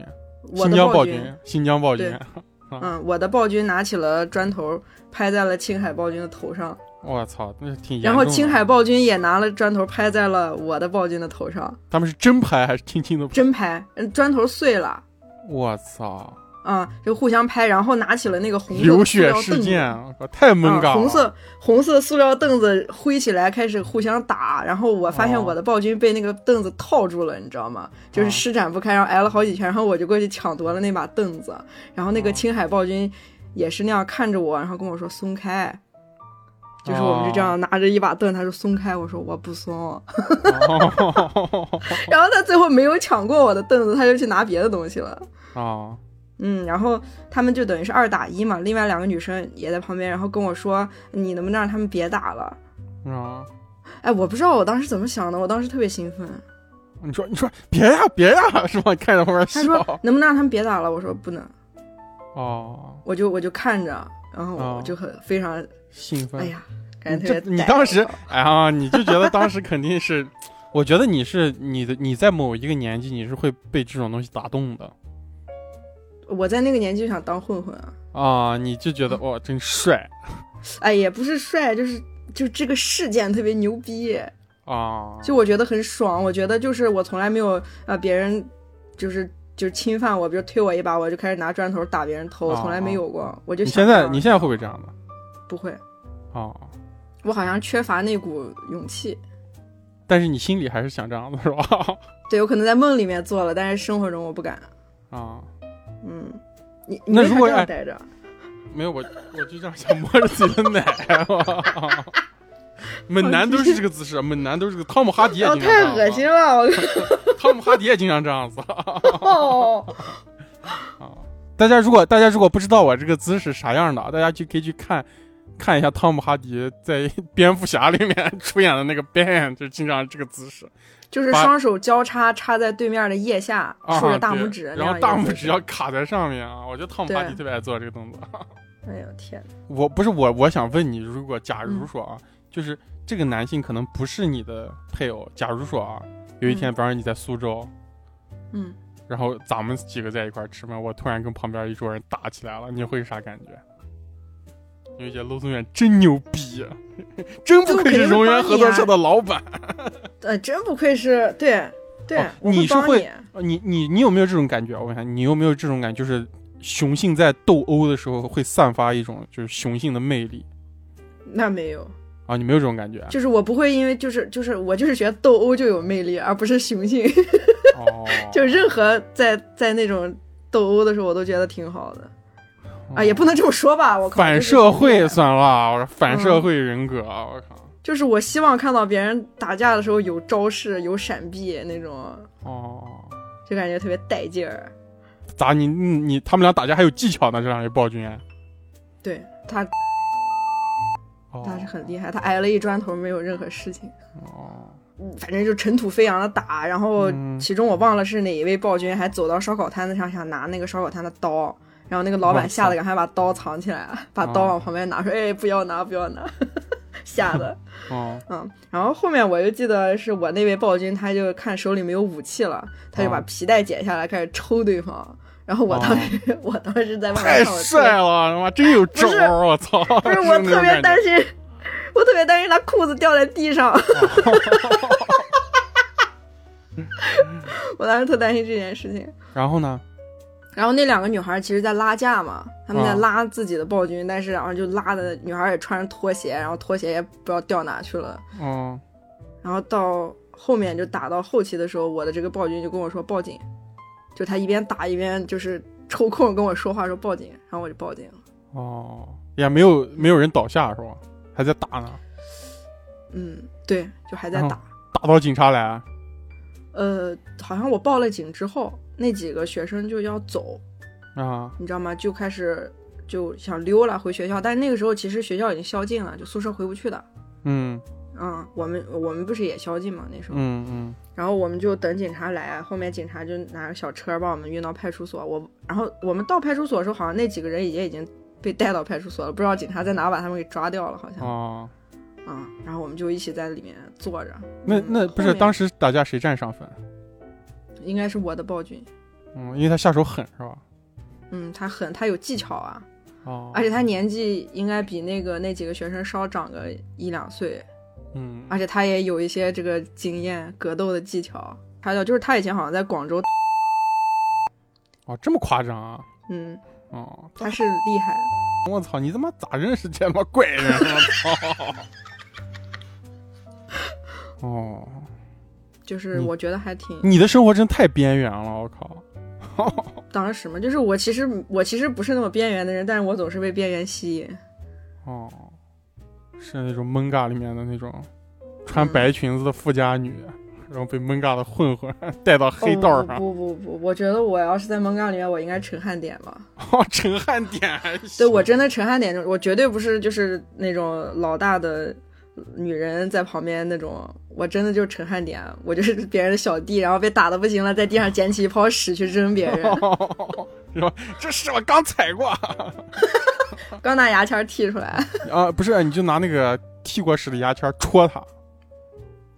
[SPEAKER 2] 我
[SPEAKER 1] 新
[SPEAKER 2] 的
[SPEAKER 1] 疆暴
[SPEAKER 2] 君，，
[SPEAKER 1] 新疆暴君
[SPEAKER 2] 对。嗯，我的暴君拿起了砖头拍在了青海暴君的头上，
[SPEAKER 1] 我操，那是挺严
[SPEAKER 2] 然
[SPEAKER 1] 重的。
[SPEAKER 2] 后青海暴君也拿了砖头拍在了我的暴君的头上，
[SPEAKER 1] 他们是真拍还是轻轻的？
[SPEAKER 2] 真拍，嗯，砖头碎了，
[SPEAKER 1] 我操，
[SPEAKER 2] 啊、就互相拍，然后拿起了那个红色
[SPEAKER 1] 流
[SPEAKER 2] 的塑
[SPEAKER 1] 血
[SPEAKER 2] 料凳
[SPEAKER 1] 事
[SPEAKER 2] 子
[SPEAKER 1] 件，我靠太懵嘎了。
[SPEAKER 2] 啊，红色红色塑料凳子挥起来，开始互相打。然后我发现
[SPEAKER 1] 哦
[SPEAKER 2] 我的暴君被那个凳子套住了，你知道吗？就是
[SPEAKER 1] 啊
[SPEAKER 2] 施展不开，然后挨了好几拳。然后我就过去抢夺了那把凳子。然后那个
[SPEAKER 1] 哦
[SPEAKER 2] 青海暴君也是那样看着我，然后跟我说松开。就是我们就这样拿着一把凳，他说松开，我说我不松。
[SPEAKER 1] 哦
[SPEAKER 2] 然后他最后没有抢过我的凳子，他就去拿别的东西了。
[SPEAKER 1] 啊
[SPEAKER 2] 嗯，然后他们就等于是二打一嘛，另外两个女生也在旁边，然后跟我说：“你能不能让他们别打了
[SPEAKER 1] 啊！？”
[SPEAKER 2] 哎，我不知道我当时怎么想的，我当时特别兴奋。
[SPEAKER 1] 你说你说别呀别呀，是吧？你看着旁边
[SPEAKER 2] 他说
[SPEAKER 1] 笑。：“
[SPEAKER 2] 能不能让他们别打了？”我说：“不能。
[SPEAKER 1] 哦”，
[SPEAKER 2] 我就我就看着，然后
[SPEAKER 1] 哦
[SPEAKER 2] 我就很非常，
[SPEAKER 1] 兴奋。
[SPEAKER 2] 哎呀，感觉
[SPEAKER 1] 这
[SPEAKER 2] 特别
[SPEAKER 1] 你
[SPEAKER 2] 带
[SPEAKER 1] 当时，哎呀，你就觉得当时肯定是， 我觉得你是你的你在某一个年纪你是会被这种东西打动的
[SPEAKER 2] 我在那个年纪就想当混混啊，
[SPEAKER 1] 啊，你就
[SPEAKER 2] 嗯
[SPEAKER 1] 觉得哇真帅
[SPEAKER 2] 哎，也不是帅，就是就这个事件特别牛逼。
[SPEAKER 1] 啊，
[SPEAKER 2] 就我觉得很爽，我觉得就是我从来没有呃别人就是就侵犯我，比如推我一把，我就开始拿砖头打别人头，
[SPEAKER 1] 哦
[SPEAKER 2] 我从来没有过。我就
[SPEAKER 1] 你
[SPEAKER 2] 想
[SPEAKER 1] 现在
[SPEAKER 2] 当
[SPEAKER 1] 你现在会不会这样的？
[SPEAKER 2] 不会，
[SPEAKER 1] 哦，
[SPEAKER 2] 我好像缺乏那股勇气。
[SPEAKER 1] 但是你心里还是想这样的是吧？
[SPEAKER 2] 对，我可能在梦里面做了，但是生活中我不敢。
[SPEAKER 1] 啊，
[SPEAKER 2] 嗯，你你
[SPEAKER 1] 那
[SPEAKER 2] 为
[SPEAKER 1] 如
[SPEAKER 2] 啥
[SPEAKER 1] 果
[SPEAKER 2] 这
[SPEAKER 1] 哎
[SPEAKER 2] 样待着？
[SPEAKER 1] 没有我，我就这样想摸着自己的奶，哇 猛男都是这个姿势，猛男都是这个汤姆哈迪也
[SPEAKER 2] 哦，
[SPEAKER 1] 经常
[SPEAKER 2] 太
[SPEAKER 1] 这样
[SPEAKER 2] 恶
[SPEAKER 1] 子啊
[SPEAKER 2] 心 了，我
[SPEAKER 1] 汤姆哈迪也经常这样子。啊
[SPEAKER 2] 靠！
[SPEAKER 1] 大家如果大家如果不知道我这个姿势啥样的，啊大家就可以去看看一下汤姆哈迪在 蝙蝠侠里面 出演的那个 Ben，就经常这个姿势，
[SPEAKER 2] 就是
[SPEAKER 1] 把
[SPEAKER 2] 双手交叉插在对面的腋下，
[SPEAKER 1] 啊
[SPEAKER 2] 竖着
[SPEAKER 1] 对
[SPEAKER 2] 大拇指那
[SPEAKER 1] 然
[SPEAKER 2] 样
[SPEAKER 1] 后
[SPEAKER 2] 一个
[SPEAKER 1] 大
[SPEAKER 2] 姿势，
[SPEAKER 1] 拇指要卡在上面啊！我觉得汤姆哈迪
[SPEAKER 2] 对
[SPEAKER 1] 特别爱做这个动作。
[SPEAKER 2] 哎呦天哪，
[SPEAKER 1] 我不是我，我想问你，如果假如
[SPEAKER 2] 嗯
[SPEAKER 1] 说啊，就是这个男性可能不是你的配偶，假如说啊，有一天，
[SPEAKER 2] 嗯
[SPEAKER 1] 比方说你在苏州，
[SPEAKER 2] 嗯，
[SPEAKER 1] 然后咱们几个在一块儿吃饭，我突然跟旁边一桌人打起来了，你会啥感觉？你会觉得陆宗远真牛逼、啊， 真不愧是荣源合作社的老板。
[SPEAKER 2] 呃，真不愧是对对、
[SPEAKER 1] 哦
[SPEAKER 2] 我
[SPEAKER 1] 你是
[SPEAKER 2] 帮
[SPEAKER 1] 会
[SPEAKER 2] 你，
[SPEAKER 1] 呃你你你有没有这种感觉？我问一下，你有没有这种感觉？就是雄性在斗殴的时候会散发一种就是雄性的魅力
[SPEAKER 2] 那没有，
[SPEAKER 1] 啊？你没有这种感觉啊？
[SPEAKER 2] 就是我不会因为就是就是我就是觉得斗殴就有魅力，而不是雄性，
[SPEAKER 1] 哦，
[SPEAKER 2] 就任何在在那种斗殴的时候，我都觉得挺好的啊，也不能这么说吧，我靠，
[SPEAKER 1] 哦反
[SPEAKER 2] 就是
[SPEAKER 1] 社会算了，啊我说反
[SPEAKER 2] 嗯
[SPEAKER 1] 社会人格，啊我靠。
[SPEAKER 2] 就是我希望看到别人打架的时候有招式、有闪避那种，
[SPEAKER 1] 哦，
[SPEAKER 2] 就感觉特别带劲儿。
[SPEAKER 1] 咋你你你他们俩打架还有技巧呢？这两位暴君，
[SPEAKER 2] 对他，
[SPEAKER 1] 哦，
[SPEAKER 2] 他是很厉害，他挨了一砖头没有任何事情，
[SPEAKER 1] 哦，
[SPEAKER 2] 嗯反正就尘土飞扬的打。然后
[SPEAKER 1] 嗯
[SPEAKER 2] 其中我忘了是哪一位暴君还走到烧烤摊子上想拿那个烧烤摊的刀，然后那个老
[SPEAKER 1] 哇
[SPEAKER 2] 板
[SPEAKER 1] 塞
[SPEAKER 2] 吓得赶快把刀藏起来了，把刀
[SPEAKER 1] 啊
[SPEAKER 2] 往旁边拿，说：“哎，不要拿，不要拿。” 吓得。
[SPEAKER 1] 哦，
[SPEAKER 2] 嗯，然后后面我就记得是我那位暴君，他就看手里没有武器了，他就把
[SPEAKER 1] 啊
[SPEAKER 2] 皮带解下来开始抽对方。然后我当时， 我当时在
[SPEAKER 1] 哦
[SPEAKER 2] 外
[SPEAKER 1] 太
[SPEAKER 2] 面看，我特别
[SPEAKER 1] 帅了，他妈真有招
[SPEAKER 2] 不是
[SPEAKER 1] 儿，我操！
[SPEAKER 2] 不是我特别担
[SPEAKER 1] 心，
[SPEAKER 2] 心，我特别担心他裤子掉在地上，我当时特担心这件事情。
[SPEAKER 1] 然后呢？
[SPEAKER 2] 然后那两个女孩其实在拉架嘛，她们在
[SPEAKER 1] 啊
[SPEAKER 2] 拉自己的暴君，但是然后就拉的女孩也穿着拖鞋，然后拖鞋也不知道掉哪去了。
[SPEAKER 1] 嗯，
[SPEAKER 2] 然后到后面就打到后期的时候，我的这个暴君就跟我说报警，就他一边打一边就是抽空跟我说话说报警，然后我就报警了。
[SPEAKER 1] 哦，也没有没有人倒下是吧？还在打呢，
[SPEAKER 2] 嗯，对，就还在
[SPEAKER 1] 然后打
[SPEAKER 2] 打。
[SPEAKER 1] 到警察来，啊
[SPEAKER 2] 呃，好像我报了警之后，那几个学生就要走，
[SPEAKER 1] 啊，
[SPEAKER 2] 你知道吗？就开始就想溜了回学校，但是那个时候其实学校已经宵禁了，就宿舍回不去的。
[SPEAKER 1] 嗯
[SPEAKER 2] 嗯，我们我们不是也宵禁嘛那时候，
[SPEAKER 1] 嗯嗯，
[SPEAKER 2] 然后我们就等警察来，后面警察就拿个小车把我们运到派出所。我然后我们到派出所的时候，好像那几个人也已经被带到派出所了，不知道警察在哪把他们给抓掉了，好像啊、
[SPEAKER 1] 哦，
[SPEAKER 2] 嗯然后我们就一起在里面坐着。
[SPEAKER 1] 那
[SPEAKER 2] 嗯
[SPEAKER 1] 那
[SPEAKER 2] 后
[SPEAKER 1] 不是
[SPEAKER 2] 面
[SPEAKER 1] 当时打架谁占上风？
[SPEAKER 2] 应该是我的暴君，
[SPEAKER 1] 嗯，因为他下手狠是吧？
[SPEAKER 2] 嗯，他很他有技巧啊，
[SPEAKER 1] 哦，
[SPEAKER 2] 而且他年纪应该比那个那几个学生稍长个一两岁，
[SPEAKER 1] 嗯，
[SPEAKER 2] 而且他也有一些这个经验，格斗的技巧。还有就是他以前好像在广州，
[SPEAKER 1] 哦，这么夸张啊？
[SPEAKER 2] 嗯，
[SPEAKER 1] 哦，
[SPEAKER 2] 他是厉害的。
[SPEAKER 1] 我操，你他妈咋认识这他妈怪人？啊我 操！哦，
[SPEAKER 2] 就是
[SPEAKER 1] 你
[SPEAKER 2] 我觉得还挺
[SPEAKER 1] 你的生活真太边缘了，我靠！
[SPEAKER 2] 当时嘛，就是我其实我其实不是那么边缘的人，但是我总是被边缘吸引。
[SPEAKER 1] 哦，是那种蒙嘎里面的那种穿
[SPEAKER 2] 嗯
[SPEAKER 1] 白裙子的富家女，然后被蒙嘎的混混带到黑道上。
[SPEAKER 2] 哦不不不不，我觉得我要是在蒙嘎里面，我应该陈汉典吧？
[SPEAKER 1] 哦，陈汉典还行，
[SPEAKER 2] 对我真的陈汉典，我绝对不是就是那种老大的女人在旁边那种，我真的就是陈汉典，啊我就是别人的小弟，然后被打的不行了，在地上捡起一泡屎去扔别
[SPEAKER 1] 哦是
[SPEAKER 2] 人，
[SPEAKER 1] 吧？这是我刚踩 过
[SPEAKER 2] 刚拿牙签剔出来。
[SPEAKER 1] 啊，不是，你就拿那个剃过屎的牙签戳他，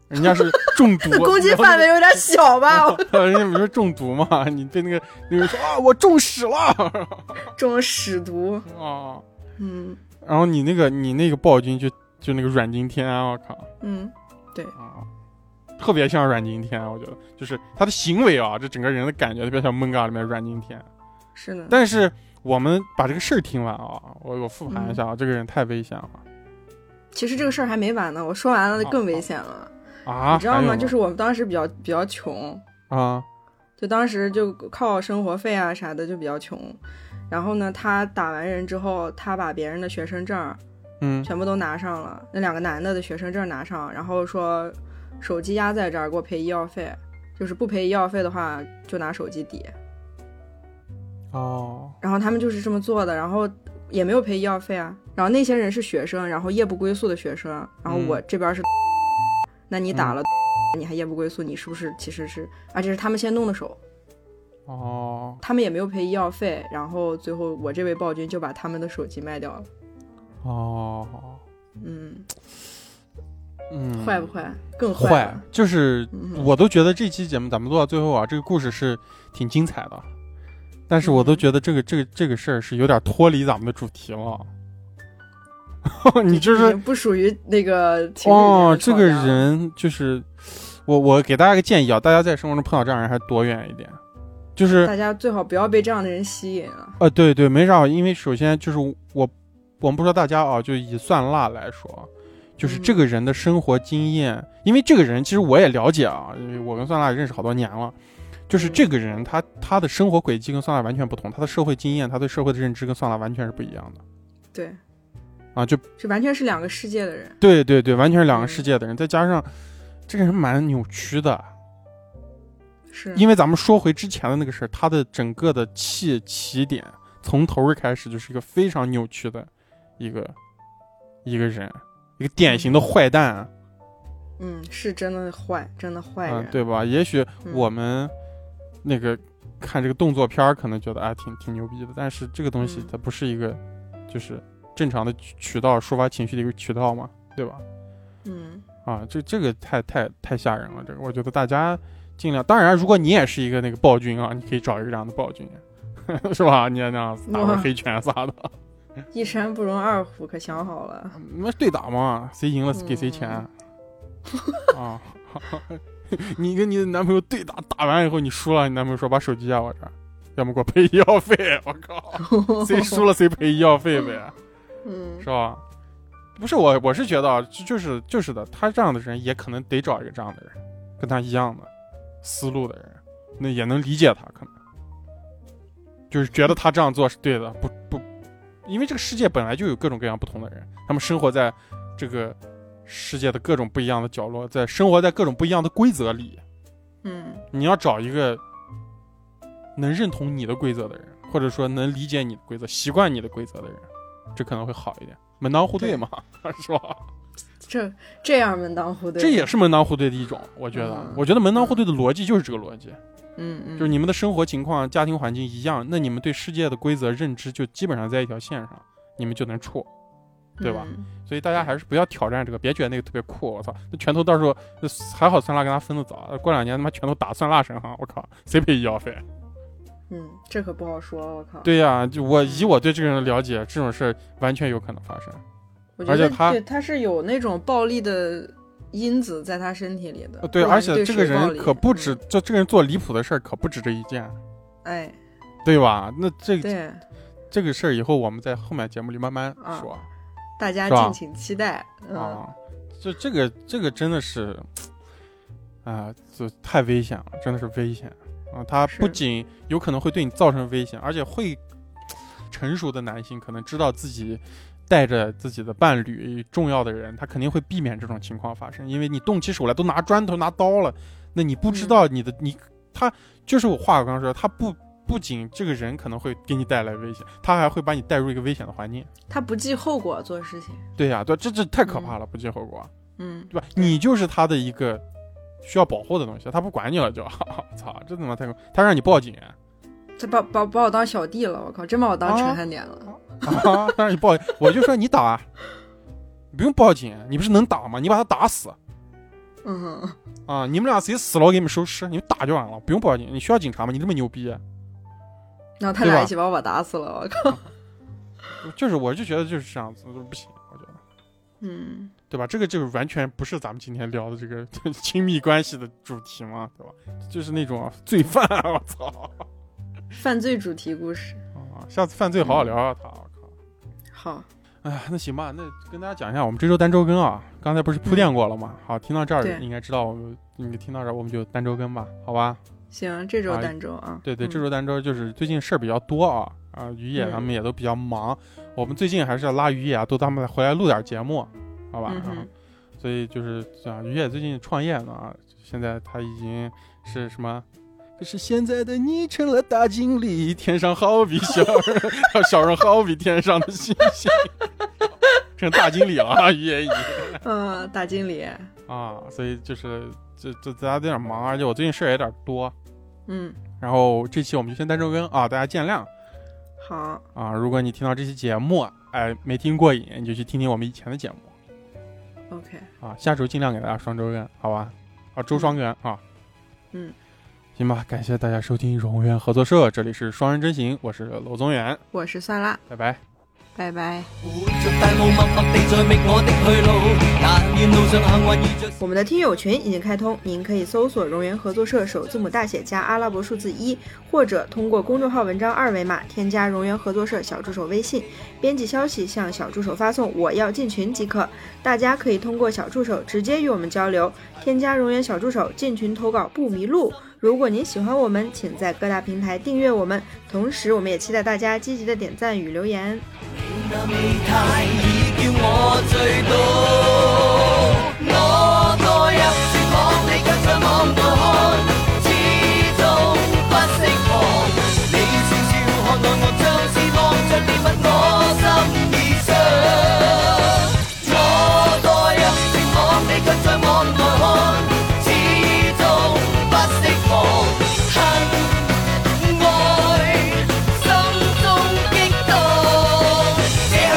[SPEAKER 1] 人家是中毒，
[SPEAKER 2] 攻击
[SPEAKER 1] 然后
[SPEAKER 2] 范围有点小吧？我
[SPEAKER 1] 人家不是中毒嘛？ 你被那个那个人说啊，我中屎了
[SPEAKER 2] 中屎毒，
[SPEAKER 1] 啊！
[SPEAKER 2] 嗯
[SPEAKER 1] 然后你那个你那个暴君就就那个阮经天，我靠
[SPEAKER 2] 嗯，
[SPEAKER 1] 啊，特别像阮经天，我觉得就是他的行为啊，这整个人的感觉特别像《蒙嘎》里面阮经天。
[SPEAKER 2] 是的。
[SPEAKER 1] 但是我们把这个事儿听完啊，我我复盘一下
[SPEAKER 2] 嗯
[SPEAKER 1] 啊，这个人太危险了
[SPEAKER 2] 其实这个事儿还没完呢，我说完了更危险了。
[SPEAKER 1] 啊！
[SPEAKER 2] 你知道
[SPEAKER 1] 还有
[SPEAKER 2] 吗？就是我们当时比较比较穷，
[SPEAKER 1] 啊，
[SPEAKER 2] 就当时就靠生活费啊啥的就比较穷，然后呢，他打完人之后，他把别人的学生证儿
[SPEAKER 1] 嗯
[SPEAKER 2] 全部都拿上了，那两个男的的学生证拿上，然后说手机压在这儿，给我赔医药费，就是不赔医药费的话就拿手机抵。
[SPEAKER 1] 哦，
[SPEAKER 2] 然后他们就是这么做的，然后也没有赔医药费啊。然后那些人是学生，然后夜不归宿的学生，啊然后我这边是，那你打了，你还夜不归宿，你是不是其实是，而且是他们先弄的手，
[SPEAKER 1] 哦，
[SPEAKER 2] 他们也没有赔医药费，然后最后我这位暴君就把他们的手机卖掉了。
[SPEAKER 1] 哦，
[SPEAKER 2] 嗯，
[SPEAKER 1] 嗯，
[SPEAKER 2] 坏不坏？更
[SPEAKER 1] 坏
[SPEAKER 2] 了，
[SPEAKER 1] 就是
[SPEAKER 2] 嗯
[SPEAKER 1] 我都觉得这期节目咱们做到最后啊，这个故事是挺精彩的，但是我都
[SPEAKER 2] 嗯
[SPEAKER 1] 觉得这个这个这个事儿是有点脱离咱们的主题了。 你就
[SPEAKER 2] 已
[SPEAKER 1] 是
[SPEAKER 2] 经不属于那个情侣
[SPEAKER 1] 哦，
[SPEAKER 2] 之
[SPEAKER 1] 这
[SPEAKER 2] 间的
[SPEAKER 1] 个
[SPEAKER 2] 吵架了
[SPEAKER 1] 人就是我，我给大家个建议啊，大家在生活中碰到这样人还是躲远一点，就是
[SPEAKER 2] 大家最好不要被这样的人吸引啊了。
[SPEAKER 1] 呃，对对，没啥，因为首先就是我，我们不说大家啊，就以蒜辣来说，就是这
[SPEAKER 2] 嗯
[SPEAKER 1] 个人的生活经验，因为这个人其实我也了解啊，因为我跟蒜辣也认识好多年了，就是这
[SPEAKER 2] 嗯
[SPEAKER 1] 个人他他的生活轨迹跟蒜辣完全不同，他的社会经验，他对社会的认知跟蒜辣完全是不一样的
[SPEAKER 2] 对，
[SPEAKER 1] 啊，就
[SPEAKER 2] 这完全是两个世界的人。
[SPEAKER 1] 对对对，完全是两个
[SPEAKER 2] 嗯
[SPEAKER 1] 世界的人，再加上这个人蛮扭曲的，
[SPEAKER 2] 是，
[SPEAKER 1] 因为咱们说回之前的那个事儿，他的整个的起起点从头儿开始就是一个非常扭曲的一个一个人，一个典型的坏蛋啊、
[SPEAKER 2] 嗯，是真的坏，真的坏人。
[SPEAKER 1] 对吧？也许
[SPEAKER 2] 嗯
[SPEAKER 1] 我们那个看这个动作片儿，可能觉得啊、挺挺牛逼的，但是这个东西
[SPEAKER 2] 嗯
[SPEAKER 1] 它不是一个就是正常的渠渠道抒发情绪的一个渠道嘛，对吧？
[SPEAKER 2] 嗯，
[SPEAKER 1] 啊，这这个太太太吓人了，这个我觉得大家尽量，当然如果你也是一个那个暴君啊，你可以找一个这样的暴君， 是吧？你也那样子打会
[SPEAKER 2] 哇
[SPEAKER 1] 黑拳啥的，
[SPEAKER 2] 一山不容二虎，可想好了。
[SPEAKER 1] 那对打嘛，谁赢了给谁钱、啊。 你跟你的男朋友对打，打完以后你输了，你男朋友说把手机压我这儿，要么给我赔医药费，我靠，谁输了谁赔医药费呗，
[SPEAKER 2] 嗯
[SPEAKER 1] 是，吧？不是我，我是觉得啊，就就是就是的，他这样的人也可能得找一个这样的人，跟他一样的思路的人，那也能理解他，可能就是觉得他这样做是对的，不不，因为这个世界本来就有各种各样不同的人，他们生活在这个世界的各种不一样的角落，在生活在各种不一样的规则里，
[SPEAKER 2] 嗯，
[SPEAKER 1] 你要找一个能认同你的规则的人，或者说能理解你的规则、习惯你的规则的人，这可能会好一点。门当户对嘛，是吧？
[SPEAKER 2] 这这样门当户对，
[SPEAKER 1] 这也是门当户对的一种，我觉得。
[SPEAKER 2] 嗯
[SPEAKER 1] 我觉得门当户对的逻辑就是这个逻辑，
[SPEAKER 2] 嗯嗯，
[SPEAKER 1] 就是你们的生活情况、家庭环境一样，那你们对世界的规则认知就基本上在一条线上，你们就能处。对吧
[SPEAKER 2] 嗯
[SPEAKER 1] 所以大家还是不要挑战这个，别觉得那个特别酷。我操，那拳头到时候那还好，酸辣跟他分的早，过两年他妈拳头打酸辣身上，我靠，谁赔医药费？
[SPEAKER 2] 嗯，这可不好说，我靠。，
[SPEAKER 1] 对呀、就我
[SPEAKER 2] 嗯
[SPEAKER 1] 以我对这个人的了解，这种事儿完全有可能发生。
[SPEAKER 2] 我觉
[SPEAKER 1] 而
[SPEAKER 2] 得
[SPEAKER 1] 且他
[SPEAKER 2] 对他是有那种暴力的因子在他身体里的
[SPEAKER 1] 呃。对，
[SPEAKER 2] 不管
[SPEAKER 1] 而
[SPEAKER 2] 是
[SPEAKER 1] 且这个
[SPEAKER 2] 谁暴
[SPEAKER 1] 人
[SPEAKER 2] 力
[SPEAKER 1] 可不止
[SPEAKER 2] 嗯，
[SPEAKER 1] 这这个人做离谱的事儿可不止这一件，
[SPEAKER 2] 哎，
[SPEAKER 1] 对吧？那这
[SPEAKER 2] 对，
[SPEAKER 1] 这个事儿以后我们在后面节目里慢慢
[SPEAKER 2] 啊
[SPEAKER 1] 说
[SPEAKER 2] 大家
[SPEAKER 1] 是吧
[SPEAKER 2] 敬请期待。嗯，
[SPEAKER 1] 啊。这这个这个真的是，啊、这太危险了，真的是危险啊！他
[SPEAKER 2] 是
[SPEAKER 1] 不仅有可能会对你造成危险，而且会成熟的男性可能知道自己。带着自己的伴侣，重要的人，他肯定会避免这种情况发生，因为你动起手来都拿砖头拿刀了，那你不知
[SPEAKER 2] 嗯
[SPEAKER 1] 道你的、你他就是我话我刚刚说，他不不仅这个人可能会给你带来危险，他还会把你带入一个危险的环境。
[SPEAKER 2] 他不计后果做事情。
[SPEAKER 1] 对呀、对，这这太可怕了，不计后果，
[SPEAKER 2] 嗯，
[SPEAKER 1] 对吧？你就是他的一个需要保护的东西，他不管你了就， 操，这他妈太可，他让你报警，啊
[SPEAKER 2] 他把把把我当小弟了，我靠，真把我
[SPEAKER 1] 哦
[SPEAKER 2] 当陈汉典了。
[SPEAKER 1] 啊，他让你报，我就说你打啊，你不用报警，你不是能打吗？你把他打死
[SPEAKER 2] 嗯哼，
[SPEAKER 1] 啊！你们俩谁死了，我给你们收尸，你们打就完了，不用报警。你需要警察吗？你这么牛逼，
[SPEAKER 2] 然后他
[SPEAKER 1] 对吧
[SPEAKER 2] 俩一起把我打死了，我靠。
[SPEAKER 1] 就是我就觉得就是这样子，就是不行，我觉得。
[SPEAKER 2] 嗯，
[SPEAKER 1] 对吧？这个就是完全不是咱们今天聊的这个 亲密关系的主题嘛，对吧？就是那种啊罪犯，我操！
[SPEAKER 2] 犯罪主题故事。
[SPEAKER 1] 啊，下次犯罪好好聊聊他。我靠！
[SPEAKER 2] 好，
[SPEAKER 1] 哎呀，那行吧，那跟大家讲一下，我们这周单周更啊，刚才不是铺垫过了吗？好，听到这儿
[SPEAKER 2] 嗯对
[SPEAKER 1] 应该知道我们，你听到这儿我们就单周更吧，好吧？
[SPEAKER 2] 行，这周
[SPEAKER 1] 啊
[SPEAKER 2] 儋州啊，
[SPEAKER 1] 对对，这
[SPEAKER 2] 嗯
[SPEAKER 1] 周儋州就是最近事儿比较多啊，啊，于野他们也都比较忙，我们最近还是要拉于野啊，都他们回来录点节目，好吧？
[SPEAKER 2] 嗯
[SPEAKER 1] 然后
[SPEAKER 2] 哼，
[SPEAKER 1] 所以就是啊，于野最近创业呢啊，现在他已经是什么？可是现在的你成了大经理，天上好比小人，小人好比天上的星星，成大经理了啊，于野已经。
[SPEAKER 2] 嗯，大经理，
[SPEAKER 1] 啊，所以就是这这大家有点忙，而且我最近事儿也有点多，
[SPEAKER 2] 嗯，
[SPEAKER 1] 然后这期我们就先单周更啊，大家见谅
[SPEAKER 2] 好，
[SPEAKER 1] 啊。如果你听到这期节目，哎，没听过瘾，你就去听听我们以前的节目
[SPEAKER 2] OK，
[SPEAKER 1] 啊。下周尽量给大家双周更，好吧？啊，周双更啊。
[SPEAKER 2] 嗯，
[SPEAKER 1] 行吧，感谢大家收听荣源合作社，这里是双人真行，我是娄宗元，
[SPEAKER 2] 我是酸辣，
[SPEAKER 1] 拜拜。
[SPEAKER 2] 拜拜。
[SPEAKER 3] 着大雾，默默地在觅我的去路。但愿路上幸运遇着。
[SPEAKER 2] 我们的听友群已经开通，您可以搜索“荣源合作社”首字母大写加阿拉伯数字一，或者通过公众号文章二维码添加“荣源合作社”小助手微信，编辑消息向小助手发送“我要进群”即可。大家可以通过小助手直接与我们交流，添加荣源小助手进群投稿不迷路。如果您喜欢我们，请在各大平台订阅我们，同时我们也期待大家积极的点赞与留言。
[SPEAKER 3] 你那美态已叫我醉倒，我墮入絕望，你卻在網度看，始終不釋放。你笑笑看待我，像是望着你問我心已傷。我墮入絕望，你卻在網內看，始終不釋放。恨愛心中激盪，這陷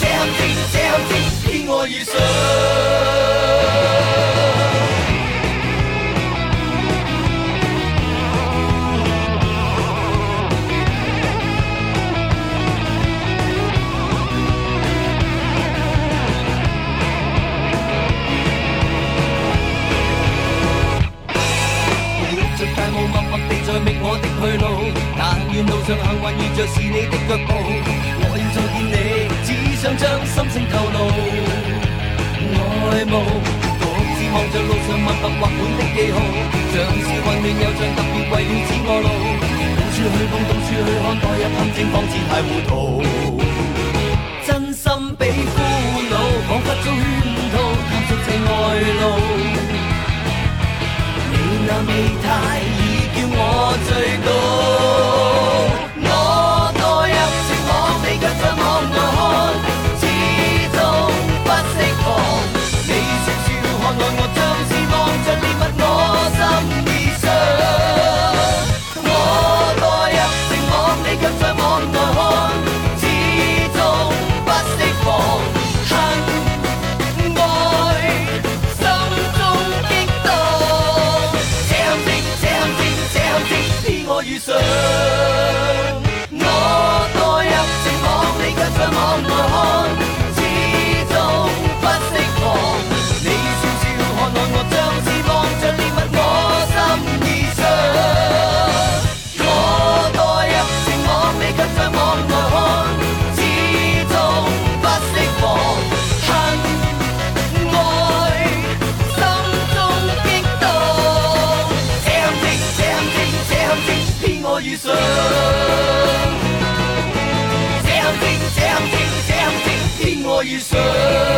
[SPEAKER 3] 阱，這陷阱，這陷阱，偏我遇上。着大霧，默默地在觅我的去路。但願路上幸運遇着是你的腳步，我要再見你，只想將心聲透露。愛慕，獨自望着路上默默畫滿的記號，像是混亂又像特別為了指我路，到處去碰，到處去看，代入陷阱，仿似太糊塗。真心比苦惱，彷彿遭圈套，探索這愛路。你那美態已叫我醉倒，我墮入絕望，你卻在網內看，始終不釋放。你笑笑看愛我，像是望着你問我心已傷。我墮入情網，你卻在網內看，始終不釋放。恨。愛心中激盪，這陷阱，這陷阱，這陷阱，偏我遇上。我墮入情網，你卻在網內看，始終不釋放。你笑笑看愛我，像是望着你問我心已傷。我墮入情網，你卻在網內看，始終不釋放。恨。愛心中激盪，這陷阱，這陷阱，這陷阱，偏我遇上。這陷阱，這陷阱，這陷阱，偏我遇上。